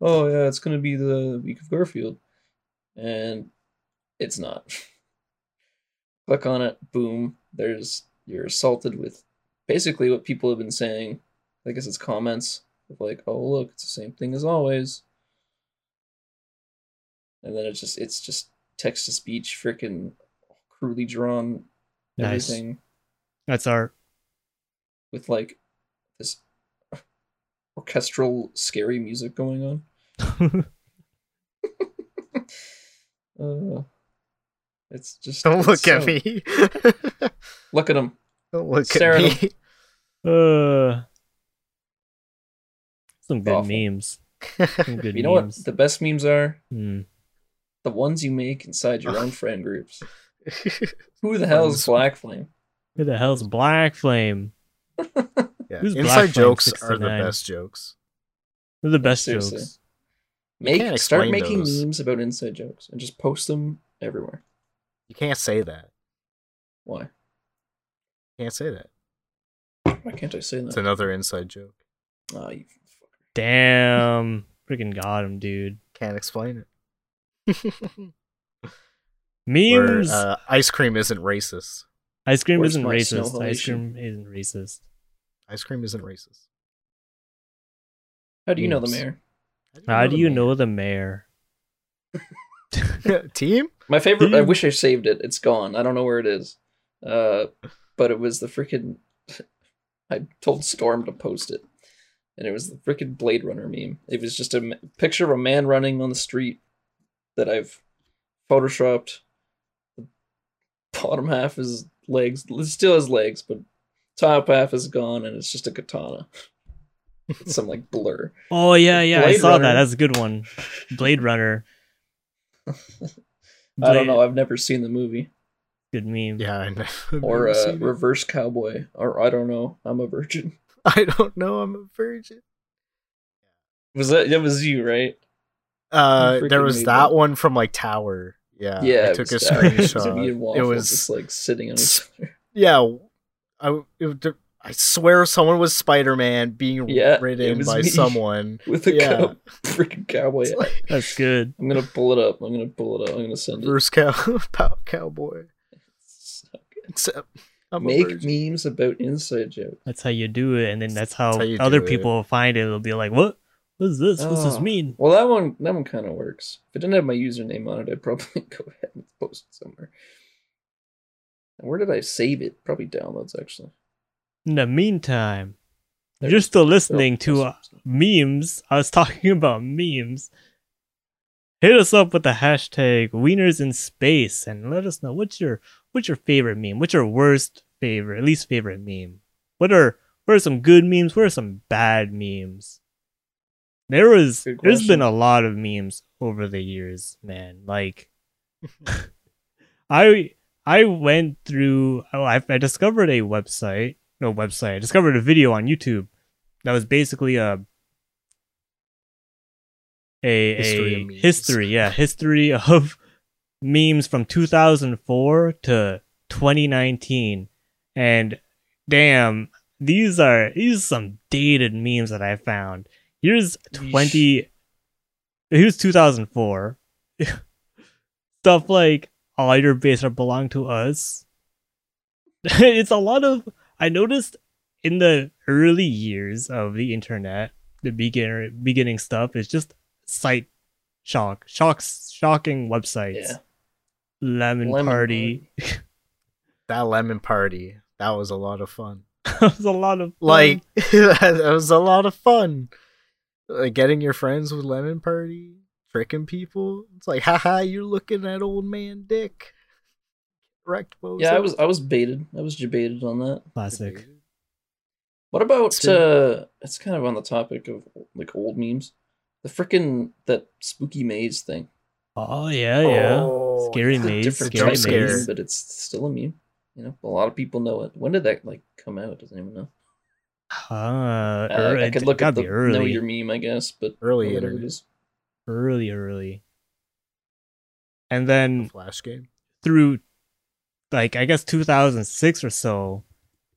S4: Oh yeah, it's gonna be the week of Garfield, and it's not. click on it. Boom. There's you're assaulted with basically what people have been saying. I guess it's comments of like, oh look, it's the same thing as always. And then it's just it's just text to speech, freaking crudely drawn
S3: Nice.
S4: everything
S3: That's our
S4: with like this orchestral scary music going on. Uh, it's just
S2: Don't
S4: it's
S2: look
S4: so-
S2: at me.
S4: Look at him.
S2: Don't look
S4: Stare at
S2: at me.
S3: uh, some good
S4: Awful.
S3: memes. Some good
S4: You know what?
S3: memes.
S4: The best memes are
S3: Hmm.
S4: the ones you make inside your own friend groups. Who the hell is
S2: Friends.
S4: Black Flame?
S3: Who the hell's Black Flame?
S2: yeah.
S3: Who's Black Flame
S2: Inside jokes are the
S3: 69?
S2: best jokes.
S3: They're the best
S4: Seriously.
S3: jokes.
S4: Make
S2: can't
S4: start
S2: explain
S4: making
S2: those.
S4: memes about inside jokes and just post them everywhere.
S2: You can't say that.
S4: Why?
S2: You can't say that.
S4: Why can't I say
S2: It's
S4: that?
S2: another inside joke.
S4: Ah, you fucker.
S3: Damn, freaking got him, dude.
S2: Can't explain it. Or,
S3: Memes.
S2: uh, ice cream isn't racist.
S3: Ice cream
S4: Where's
S3: isn't
S4: my snow
S3: racist. Ice
S4: halation?
S3: cream isn't racist.
S2: Ice cream isn't racist.
S4: How do you know the
S2: Memes.
S4: mayor?
S3: How do you
S2: the
S3: know the mayor?
S2: name? team?
S4: My favorite. I
S3: Dude.
S4: wish I saved it. It's gone. I don't know where it is. Uh, but it was the freaking. I told Storm to post it, and it was the freaking Blade Runner meme. It was just a m- picture of a man running on the street that I've photoshopped. The bottom half is legs. It still has legs, but top half is gone, and it's just a katana. It's some like blur.
S3: Oh yeah, yeah, I
S4: Blade
S3: saw that.
S4: Runner.
S3: That's a good one. Blade Runner.
S4: I don't
S3: Blade-
S4: know. I've never seen the movie.
S3: Good meme.
S2: Yeah, I know.
S4: Or uh, reverse cowboy, or I don't know. I'm a virgin.
S2: I don't know. I'm a virgin.
S4: Was that that was you, right?
S2: Uh,
S4: freaking
S2: there was
S4: made
S2: that
S4: that.
S2: one from like Tower. Yeah, Uh, I took a
S4: was that. Me and
S2: screenshot.
S4: Waffle
S2: It was
S4: just like sitting on each other.
S2: yeah. I it, was- I swear someone was Spider Man being
S4: Yeah, it
S2: ridden
S4: was
S2: by
S4: me.
S2: someone.
S4: with a
S2: yeah.
S4: cow, freaking cowboy.
S2: It's
S4: hat.
S2: like
S3: That's good.
S4: I'm gonna pull it up. I'm gonna pull it up. I'm gonna send it.
S2: Bruce cow, Pow- cowboy. Except I'm a
S4: Make
S2: virgin.
S4: memes about inside jokes.
S3: That's how you do it, and then that's how,
S2: how you
S3: other
S2: do it.
S3: people will find it. They'll be like, "What? What is this? What's this
S4: Oh.
S3: mean?"
S4: Well, that one that one kind of works. If it didn't have my username on it, I'd probably go ahead and post it somewhere. And where did I save it? Probably downloads actually.
S3: In the meantime,
S4: There
S3: you're
S4: it is. They're
S3: still
S4: all
S3: listening to uh,
S4: posted.
S3: memes. I was talking about memes. Hit us up with the hashtag Wieners in Space and let us know what's your what's your favorite meme. What's your worst favorite, least favorite meme? What are what are some good memes? What are some bad memes? There was
S4: Good
S3: there's been
S4: question.
S3: a lot of memes over the years, man. Like I I went through. Oh, I, I discovered a website. No website. I discovered a video on YouTube that was basically a a
S2: History
S3: a
S2: of memes.
S3: history, yeah, history of memes from 2004 to 2019, and damn, these are these are some dated memes that I found. Here's 20. Here's 2004. Stuff like all your base are belong to us. it's a lot of I noticed in the early years of the internet, the beginner beginning stuff is just site shock, shocks, shocking websites.
S4: Yeah.
S3: Lemon,
S4: Lemon
S3: party.
S2: That lemon party, that was a lot of fun.
S3: It was a lot of fun.
S2: Like that was a lot of fun. Like getting your friends with lemon party, tricking people. It's like, haha, you're looking at old man dick. Correct, Bozo.
S4: Yeah, I was I was baited. I was debated on that.
S3: classic.
S4: What about
S2: It's
S4: uh it's kind of on the topic of like old memes. The freaking that spooky maze thing.
S3: Oh yeah, yeah.
S2: Oh,
S3: Scary
S4: It's a
S3: maze,
S4: different type
S2: jump
S3: scary
S4: of
S2: scare.
S4: meme,
S3: maze.
S4: but it's still a meme. You know, a lot of people know it. When did that like come out? Does anyone know?
S3: Uh,
S4: Uh, I
S3: early-
S4: could look
S3: gotta
S4: at the
S3: be early,
S4: know your meme, I guess, but
S2: Early
S4: whatever
S2: internet.
S4: it is.
S3: early, early. And then
S2: Flash game.
S3: through like I guess 2006 or so,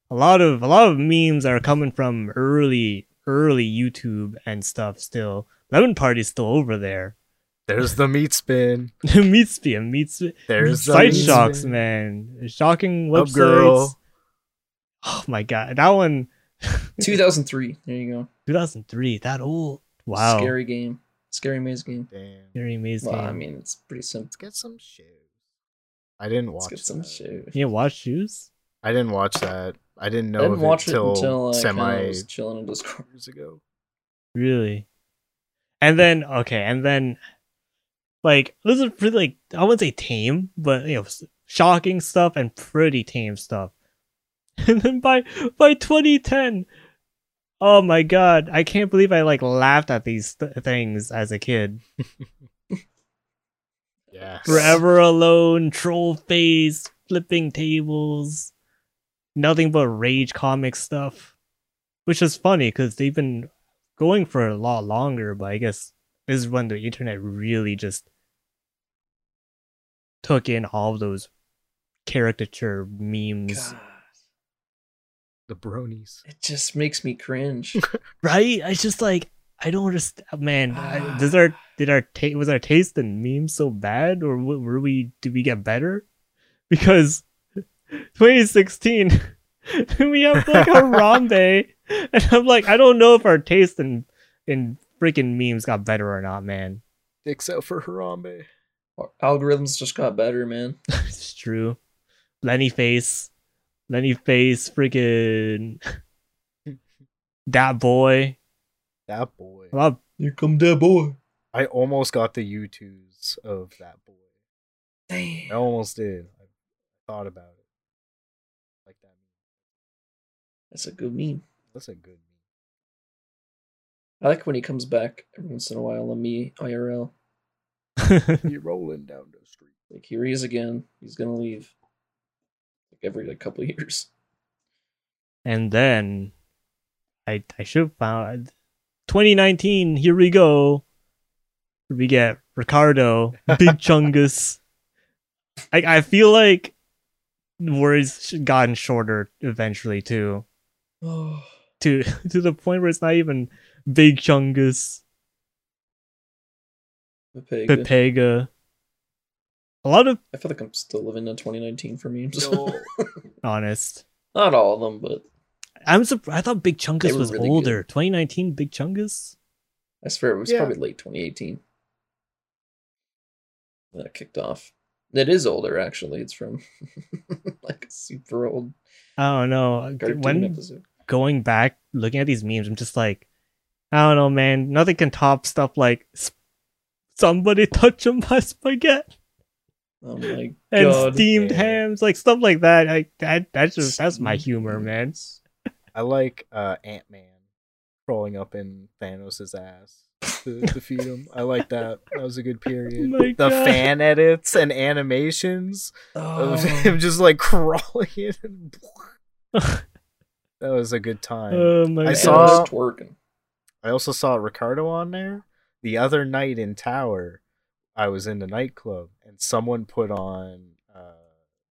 S3: a lot of a lot of memes are coming from early early YouTube and stuff still. Lemon Party's still over there.
S2: There's the meat spin.
S3: meat spin, meat spin.
S2: There's the
S3: Side
S2: meat
S3: shocks,
S2: spin.
S3: man. Shocking
S2: Up,
S3: websites.
S2: girl.
S3: Oh my god, that one
S4: 2003. There you go.
S3: 2003, that old. Wow. Scary,
S4: Scary game. Scary maze game.
S2: Damn.
S3: maze
S4: Well,
S3: game.
S4: I mean, it's pretty simple.
S2: Let's get some shoes. I didn't watch
S4: Let's get some
S2: that.
S4: shit.
S3: you watch shoes?
S2: I didn't watch that. I didn't know
S4: I didn't
S2: of
S4: watch
S2: it
S4: it
S2: till,
S4: until I
S2: semi
S4: semi was chilling in Discord.
S2: years ago.
S3: Really? And then okay, and then like this is pretty like I wouldn't say tame, but you know, s- shocking stuff and pretty tame stuff. And then by by 2010, oh my god, I can't believe I like laughed at these th- things as a kid.
S2: Yeah.
S3: Forever alone, troll face, flipping tables, nothing but rage comic stuff, which is funny because they've been going for a lot longer. But I guess this is when the internet really just took in all of those caricature memes,
S4: God,
S2: The bronies.
S4: it just makes me cringe.
S3: right? It's just like I don't understand, man. I, does our did our ta- was our taste in memes so bad, or w- were we did we get better? Because 2016, we have like Harambe, and I'm like, I don't know if our taste in in freaking memes got better or not, man.
S2: Dicks out for Harambe.
S4: Our algorithms just got better, man.
S3: it's true. Lenny face, Lenny face, freaking that boy.
S2: That boy.
S3: A lot of
S4: Here come that boy.
S2: I almost got the U2s of that boy.
S4: Damn.
S2: I almost did. I thought about it. Like that.
S4: That's a good meme.
S2: That's a good meme.
S4: I like when he comes back every once in a while on me IRL.
S2: You're rolling down the street.
S4: Like here he is again. He's gonna leave. Like every like couple of years.
S3: And then I I should have found 2019, here we go. We get Ricardo, Big Chungus. I I feel like words sh- gotten shorter eventually too.
S4: Oh,
S3: To to the point where it's not even Big Chungus,
S4: Pepega.
S3: Pepega. A lot of
S4: I feel like I'm still living in 2019 for memes.
S2: No.
S3: honest.
S4: Not all of them, but
S3: I'm surprised. I thought Big
S4: They
S3: Chungus
S4: were
S3: was
S4: really
S3: older. 2019 Big Chungus?
S4: I swear it was
S2: Yeah.
S4: probably late 2018 that it kicked off. It is older, actually. It's from like a super old
S3: I don't know.
S4: cartoon
S3: When
S4: episode.
S3: going back looking at these memes i'm just like i don't know man nothing can top stuff like "S- somebody touch on my spaghetti
S4: Oh my
S3: and
S4: god!
S3: steamed
S2: man.
S3: hams like stuff like that I, that that's just that's my
S4: Steamed
S3: humor man
S4: hams.
S2: I like uh, Ant Man crawling up in Thanos' ass to defeat him. I like that. That was a good period.
S3: My
S2: the
S3: God.
S2: fan edits and animations of
S4: Oh,
S2: him just like crawling in. And that was a good time.
S3: oh my
S2: I
S4: I
S3: god
S2: saw-
S4: saw twerking.
S2: I also saw Ricardo on there, the other night in Tower, I was in the nightclub and someone put on uh,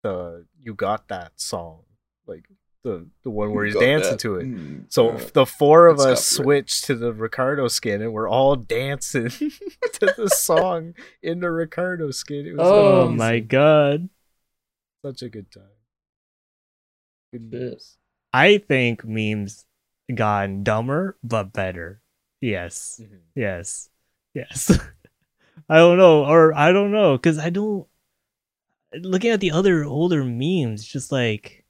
S2: the "You Got That" song, like the the one where he's dancing to it. So f- the four of
S4: that's
S2: us
S4: copyright.
S2: switched to the Ricardo skin, and we're all dancing to the song in the Ricardo skin. It was
S4: Oh
S3: Oh
S2: amazing.
S3: my god.
S2: such a good time. Good
S4: Shit.
S2: memes.
S3: I think memes gone dumber but better. Yes.
S2: Mhm.
S3: Yes. Yes. I don't know, or I don't know, because I don't. Looking at the other older memes, just like,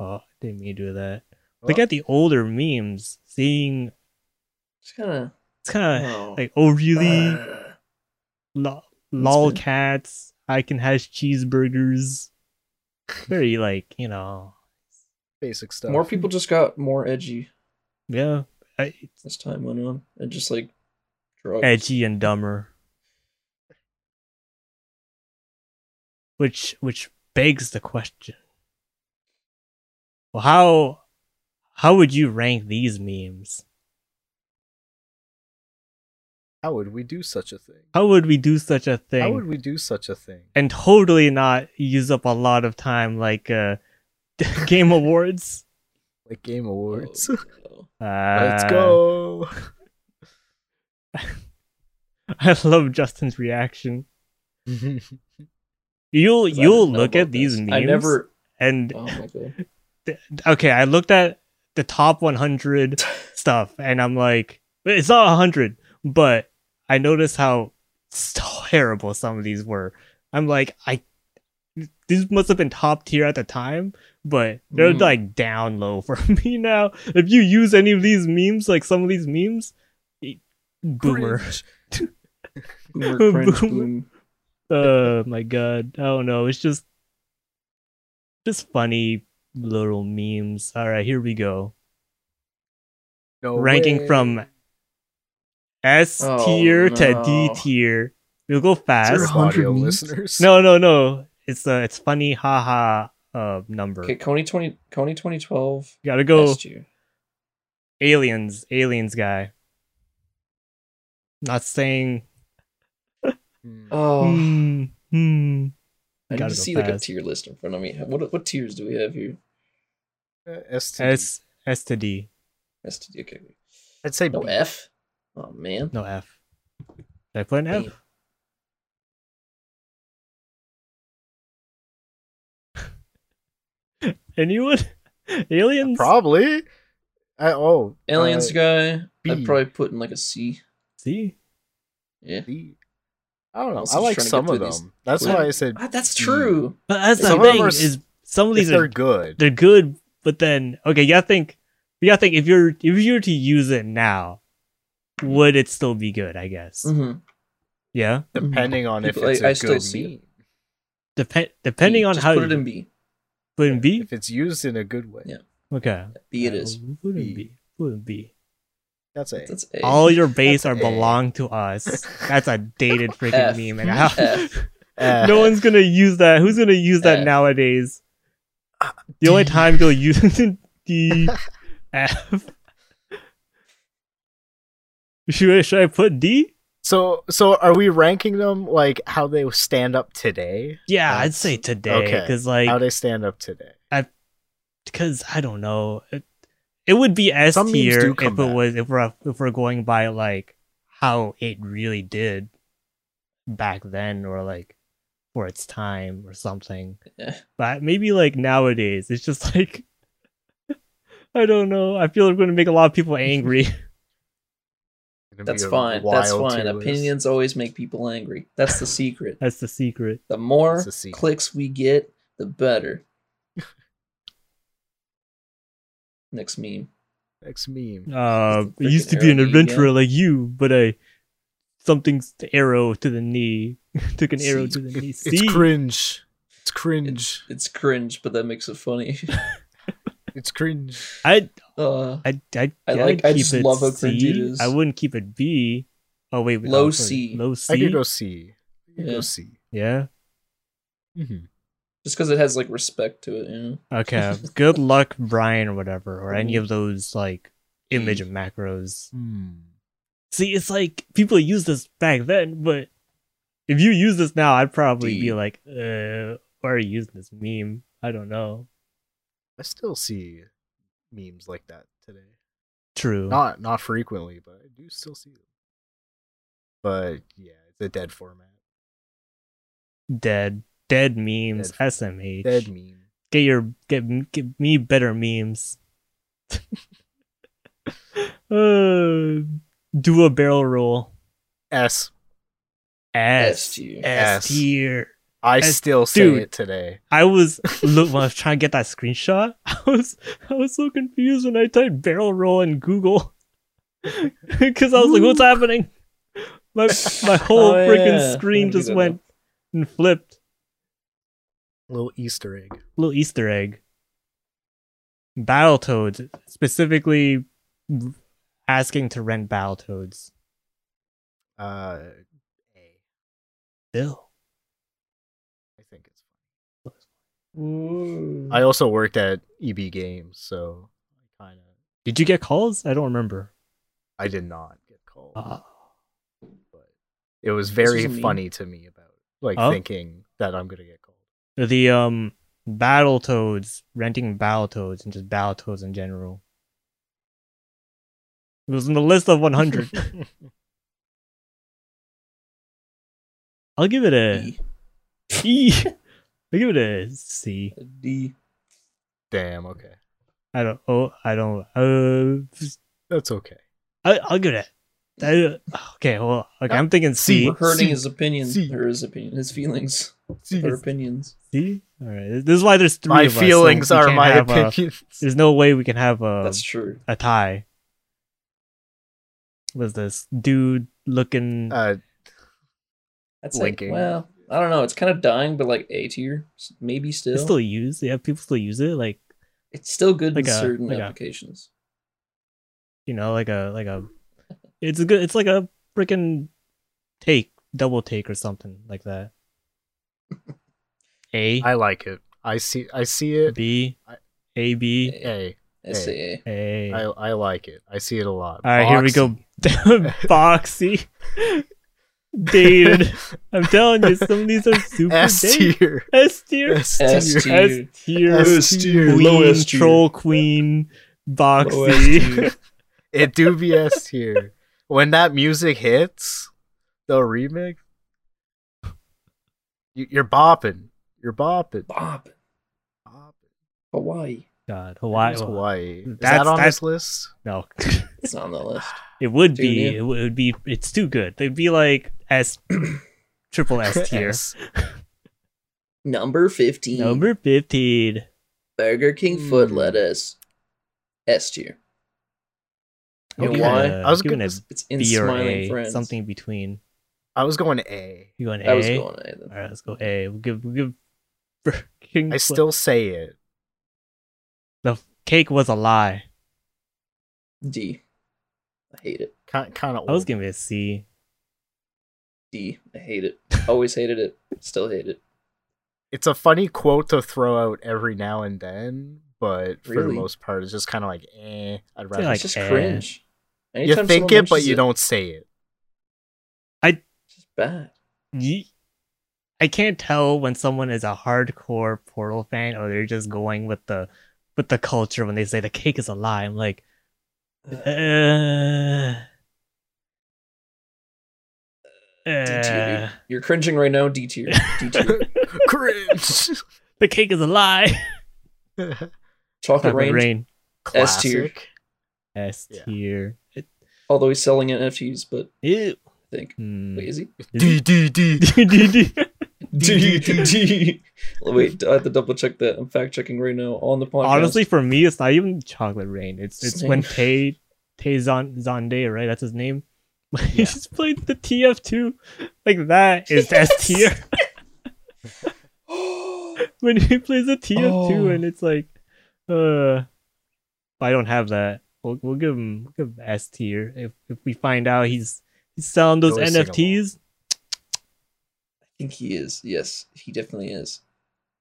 S3: oh, I didn't mean to do that. Look
S2: Well-
S3: at the older memes, seeing
S4: It's kind of
S3: it's kind of
S4: oh.
S3: like, oh, really?
S4: Uh,
S3: Lo- lol
S4: good.
S3: cats. I can hash cheeseburgers. Very like you know,
S2: Basic stuff.
S4: more people just got more edgy
S3: yeah, I,
S4: as time went on, and just like drugs.
S3: edgy and dumber. Which which begs the question. Well, how how would you rank these memes?
S2: How would we do such a thing?
S3: How would we do such a thing
S2: How would we do such a thing?
S3: and totally not use up a lot of time like uh game awards?
S2: Like Game
S4: Oh,
S2: Awards.
S4: no.
S3: Uh,
S2: Let's go.
S3: I love Justin's reaction. You'll
S4: 'Cause I
S3: you'll
S4: didn't know
S3: look
S4: about
S3: at these
S4: this.
S3: memes
S4: I never.
S3: and
S4: Oh my god.
S3: th- okay, I looked at the top 100 stuff and I'm like, it's not 100, but I noticed how s- terrible some of these were. I'm like, I these must have been top tier at the time, but they're
S4: Mm.
S3: like down low for me now. If you use any of these memes, like some of these memes, y- boomer.
S2: Cringe.
S4: Boomer cringe
S3: Boomer.
S4: boom.
S3: Oh my god. I don't know. It's just just funny little memes. All right, here we go.
S2: No
S3: ranking
S2: way.
S3: from S
S4: Oh,
S3: tier to D
S4: no.
S3: tier. We'll go
S2: Dear
S3: fast.
S4: Zero. 100
S2: audio
S4: memes?
S2: listeners.
S3: No, no, no. It's uh, it's funny, haha. Uh, number.
S4: Okay, Coney twenty, Coney twenty twelve.
S3: Gotta go.
S4: Missed you.
S3: Aliens, aliens guy. Not saying.
S2: Hmm.
S4: Oh,
S3: Hmm. hmm.
S4: I need
S3: gotta
S4: to
S3: go
S4: see like a
S3: fast.
S4: tier list in front of me. What what tiers do we have here?
S2: Uh, S to D.
S3: S S to D.
S4: That's to, okay.
S2: I'd say
S4: No
S2: B.
S4: F. Oh man.
S3: No F. Did I put an F?
S4: Damn.
S3: Anyone? aliens.
S2: Probably. I, oh.
S4: Aliens
S2: uh,
S4: guy.
S2: B.
S4: I'd probably put in like a C.
S3: See.
S4: Yeah.
S2: D. I don't know.
S4: Also
S2: I
S4: just trying to get
S2: like some of
S4: through
S2: them.
S4: these
S2: That's
S4: quick-
S2: why I said
S4: Ah, that's
S2: B.
S4: true.
S3: But that's
S4: Some
S3: the
S4: of 'em
S3: thing
S2: are s-
S3: is some of
S2: if
S3: these
S2: they're
S3: are
S2: good.
S3: they're good, but then okay, you gotta think you gotta think if you're if you were to use it now, would it still be good, I guess.
S4: hmm
S3: Yeah.
S4: Mm-hmm.
S2: depending on if
S4: People-
S2: it's a
S4: I- I still
S2: good
S4: see it.
S2: meme.
S3: Depend depending on
S4: just
S3: how
S4: put it
S3: you-
S4: in B.
S3: put it in B?
S2: If it's used in a good way.
S4: Yeah.
S3: Okay.
S4: B it is.
S3: Put it
S2: B.
S3: in B. Put it in B.
S2: That's a.
S4: That's A.
S3: All your base are
S2: That's A.
S3: belong to us. That's a dated freaking
S4: F.
S3: meme and I,
S4: F.
S2: Uh,
S3: Uh, no one's gonna use that. Who's gonna use that
S4: F. Uh,
S3: nowadays? The only
S2: D.
S3: time you'll use D F. Should I, should I put D?
S2: So so are we ranking them like how they stand up today?
S3: Yeah, I'd
S2: That's-
S3: say today
S2: okay.
S3: because
S2: how
S3: like
S2: they stand up today.
S3: because I don't know. It, it would be S
S2: Some memes
S3: tier
S2: do
S3: if
S2: come
S3: it
S2: back.
S3: was if we're if we're going by like how it really did back then or like for its time or something.
S4: Yeah.
S3: But maybe like nowadays it's just like I don't know. I feel like we're gonna make a lot of people angry.
S2: It'd be
S4: That's
S2: a
S4: fine. That's
S2: wild
S4: fine.
S2: tier list.
S4: Opinions always make people angry. That's the secret.
S3: That's the secret.
S4: The more
S2: That's the secret.
S4: clicks we get, the better. Next meme.
S2: Next meme.
S3: Uh,
S4: Just a
S3: I used
S4: freaking
S3: to be an
S4: arrow to you,
S3: adventurer
S4: yeah.
S3: like you, but I something's the arrow to the knee. Took an arrow
S4: See,
S3: to the knee.
S2: It-
S3: See?
S2: it's cringe. It's cringe.
S4: It's cringe, but that makes it funny.
S2: It's cringe.
S3: I
S4: Uh,
S3: I I,
S4: I like-
S3: gotta
S4: I
S3: keep
S4: just
S3: it
S4: love how cringy it
S3: C.
S4: is.
S3: I wouldn't keep it B. Oh wait, wait,
S4: Low
S3: oh, sorry.
S4: C.
S3: Low C.
S2: I could go C. I could
S4: Yeah.
S2: go C.
S3: yeah.
S2: Mhm.
S4: just because it has like respect to it, you know.
S3: Okay. Good luck, Brian, or whatever, or any of those like image macros.
S2: Hmm.
S3: See, it's like people used this back then, but if you use this now, I'd probably be
S4: Deep.
S3: like, uh, why are you using this meme? I don't know.
S2: I still see memes like that today.
S3: True.
S2: Not not frequently, but I do still see them. But yeah, it's a dead format.
S3: dead. Dead memes.
S2: Dead.
S3: SMH.
S2: Dead meme.
S3: Get your get, get me better memes. uh, do a barrel roll.
S2: S.
S4: S
S3: S.
S4: tier.
S2: S.
S3: S tier.
S2: I
S3: S,
S2: still
S3: dude.
S2: say it today.
S3: I was look when I was trying to get that screenshot. I was I was so confused when I typed barrel roll in Google because I was like, "What's happening?" My my whole
S4: Oh,
S3: freaking
S4: yeah.
S3: screen
S4: Gotta do
S3: just
S4: that
S3: went and flipped.
S2: Little Easter egg.
S3: Little Easter egg. Battletoads specifically asking to rent Battletoads.
S2: Uh, A.
S3: Bill.
S2: I think it's
S4: Ooh.
S3: Mm.
S2: I also worked at EB Games, so I kind of
S3: Did you get calls? I don't remember.
S2: I did not get called,
S3: Uh,
S2: but it was
S4: This
S2: very
S4: is a meme?
S2: funny to me about like
S3: Oh.
S2: thinking that I'm gonna get called.
S3: the um Battletoads, renting Battletoads and just Battletoads in general. It was in the list of 100. I'll give it a
S4: D.
S3: E. I'll give it a C.
S4: A D.
S2: Damn. Okay,
S3: I don't. Oh, I don't. Uh,
S2: that's okay.
S3: I, I'll give it. A, I, okay. Well, okay. I'm thinking C.
S4: We're hurting
S2: C,
S4: his opinion,
S2: C.
S4: or his opinion, his feelings, or opinions.
S3: C. All right. This is why there's three.
S2: My
S3: of us, so
S2: feelings
S3: we
S2: are
S3: can't
S2: my
S3: have a-
S2: opinions.
S3: there's no way we can have a
S4: That's true.
S3: a tie. Was this dude looking?
S2: Uh,
S4: That's like,
S2: Linking.
S4: well, I don't know. It's kind of dying, but like A tier, s- maybe still.
S3: it's still used. Yeah, people still use it. Like
S4: It's still good
S3: Like
S4: in
S3: a-
S4: certain
S3: like a-
S4: applications.
S3: you know, like a like a. It's a good. It's like a freaking take, double take, or something like that. A
S2: I like it. I see. I see it.
S3: B
S2: I-
S3: E, A B
S4: A.
S2: A.
S4: S A A.
S3: A.
S2: I I like it. I see it a lot.
S3: All right, here we go. Boxy, David. I'm telling you, some of these are super
S2: S
S3: dated.
S2: tier.
S3: S tier,
S2: S
S4: S
S2: tier.
S4: tier.
S2: S
S3: S tier,
S2: tier.
S3: queen,
S4: Low S tier.
S3: troll queen,
S4: Low S
S3: Boxy.
S4: tier.
S2: It do be S tier. When that music hits, the remix, you, you're bopping. You're bopping.
S4: Bob.
S2: bopping.
S4: Hawaii.
S3: God, Hawaii.
S2: It's Hawaii. Is
S3: That's-
S2: that on
S3: that's-
S2: this list?
S3: No,
S4: It's not on the list.
S3: it would
S4: Dude,
S3: be.
S4: yeah.
S3: It would be. It's too good. They'd be like S, triple S tier.
S2: S.
S4: Number 15.
S3: Number Hmm. fifteen.
S4: Burger King foot lettuce. S tier. You know
S2: Okay.
S4: why?
S2: I was
S3: giving
S2: gonna
S3: a
S2: s-
S4: It's in
S3: B Uh, or
S4: smiling
S3: A,
S4: friends.
S3: something between.
S2: I was going A.
S3: You going
S4: I was
S3: A? All
S4: going A then.
S3: right, let's go A. We'll give. We'll give. Burger King
S2: I
S3: fl-
S2: still say it.
S3: the cake was a lie.
S4: D. I hate it.
S2: Kind kind of.
S3: I was giving it a C.
S4: D. I hate it. Always hated it. Still hate it.
S2: It's a funny quote to throw out every now and then, but for the
S4: Really?
S2: most part, it's just kind of like, eh. I'd rather.
S3: like,
S4: it's just
S3: eh.
S4: cringe.
S2: you
S4: Anytime
S2: think
S4: someone
S2: it, but
S4: mentions
S2: you don't say it.
S4: It's just bad.
S3: Ye- I can't tell when someone is a hardcore Portal fan or they're just going with the with the culture when they say the cake is a lie. I'm like, uh,
S4: D tier.
S3: uh,
S4: dude. You're cringing right now. D tier. D tier.
S2: Cringe.
S3: the cake is a lie.
S4: Chocolate
S3: Rain.
S4: range.
S3: Rain.
S4: S tier.
S2: Classic.
S3: S
S2: Yeah.
S3: tier. It-
S4: Although he's selling NFTs, but
S3: Ew.
S4: I think.
S3: Hmm.
S4: Wait, is he?
S2: D D D.
S4: D D D. Wait, I have to double check that. I'm fact checking right now on the podcast.
S3: Honestly, for me, it's not even chocolate rain. It's it's
S4: Same.
S3: when Tay Tay Zon, Zonde, right? That's his name. he just played the TF two, like that is S tier. when he plays a TF2
S4: Oh.
S3: and it's like, uh, I don't have that. We'll, we'll give him we'll give him S tier if if we find out he's he's selling those
S2: Really sing
S3: NFTs.
S4: I think he is. Yes, he definitely is.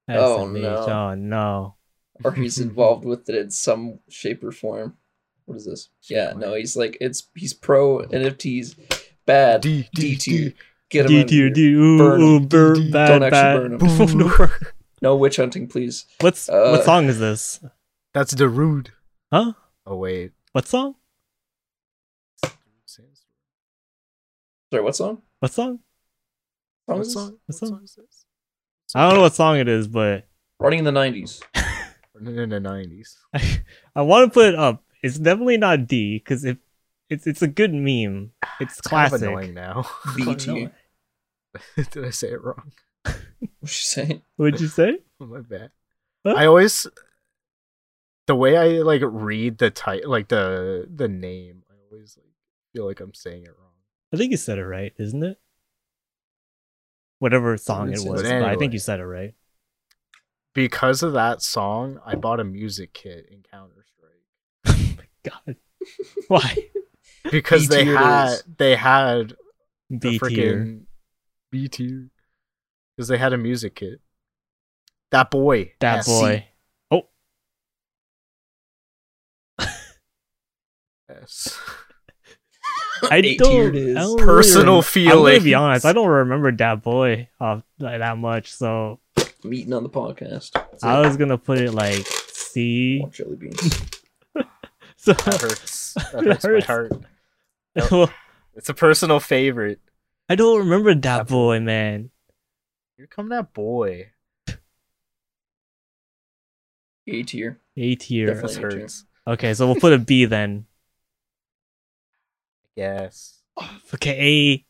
S3: Oh
S4: Oh,
S3: no!
S4: no.
S3: Oh no!
S4: Or he's involved with it in some shape or form. What is this? Yeah, no, he's like it's he's pro NFTs, bad
S2: D
S4: D tier.
S2: D.
S4: Get him
S3: D
S4: out of
S3: tier,
S4: here.
S3: D, ooh,
S4: Burn 'em.
S3: ooh, burn,
S2: D,
S3: bad,
S4: Don't actually
S3: bad.
S4: burn him.
S3: Oh, no.
S4: No witch hunting, please.
S3: What's
S4: Uh,
S3: what song is this?
S2: That's the rude.
S3: Huh?
S2: Oh wait.
S3: What song?
S4: Sorry, what song?
S3: What song?
S4: What song is
S2: What
S4: this?
S2: song? What
S3: song?
S2: song is this?
S3: I don't know what song it is, but
S4: Running in the nineties.
S2: In the nineties.
S3: I, I want to put it up. It's definitely not D because if it's it's a good meme. It's, classic.
S2: Kind of annoying now.
S4: B
S3: Fucking
S4: tier.
S3: annoying.
S2: Did I say it wrong?
S4: What you saying?
S3: What'd you say?
S2: My bad.
S3: Huh?
S2: I always the way I like read the title, like the the name. I always like, feel like I'm saying it wrong.
S3: I think you said it right, isn't it? Whatever song it
S4: It's-
S3: was,
S2: but
S3: but I
S2: anyway.
S3: think you said it right.
S2: Because of that song, I bought a music kit in Counter Strike
S3: God, why
S2: because they
S4: B-tier it
S2: had
S4: is.
S2: they had
S3: B tier?
S2: B tier because they had a music kit. That boy,
S3: That
S2: SC,
S3: boy.
S2: yes.
S3: I
S4: A-tier
S3: don't,
S4: it
S3: I
S4: is.
S3: don't really
S2: personal
S3: rem- I'm
S2: feeling.
S3: gonna be honest. I don't remember that boy off like, that much, so
S4: Meeting on the podcast. That's
S3: I
S4: it.
S3: was gonna put it like C.
S4: Want jelly beans.
S3: So
S2: That hurts. That
S3: It
S2: hurts,
S3: hurts.
S2: my heart. It's a personal favorite.
S3: I don't remember that boy, man.
S2: Here come that boy.
S4: A tier.
S3: A tier.
S2: This
S4: Definitely. Thank you.
S2: hurts.
S3: Okay, so we'll put a B then.
S2: Yes.
S3: Okay,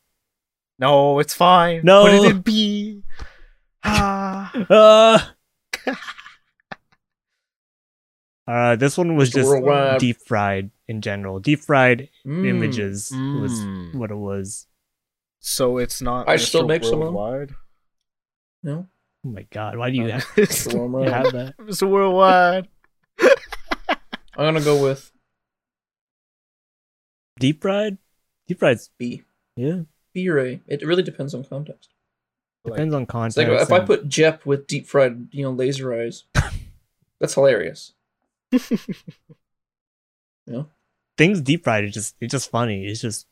S2: No, it's fine.
S3: No.
S2: Put it in B. Ah.
S3: A. Uh. Uh, this one was just
S4: Worldwide.
S3: deep fried in general. Deep fried
S4: Mm.
S3: images
S2: mm.
S3: was what it was.
S2: So it's not.
S4: I still
S2: Mr.
S4: make some of 'em.
S2: worldwide.
S4: No.
S3: Oh my god, why do
S2: Uh,
S3: you have,
S4: It's
S2: It's
S4: warm
S3: you
S4: right now.
S3: have that?
S2: Mr. Worldwide.
S4: I'm gonna go with
S3: Deep fried? Deep fried's,
S4: B.
S3: yeah.
S4: B or A. It really depends on context.
S3: Depends on
S4: It's
S3: context.
S4: like if I
S3: and-
S4: put Jep with deep fried, you know, laser eyes, that's hilarious.
S3: things deep fried, it's just it's just funny. It's just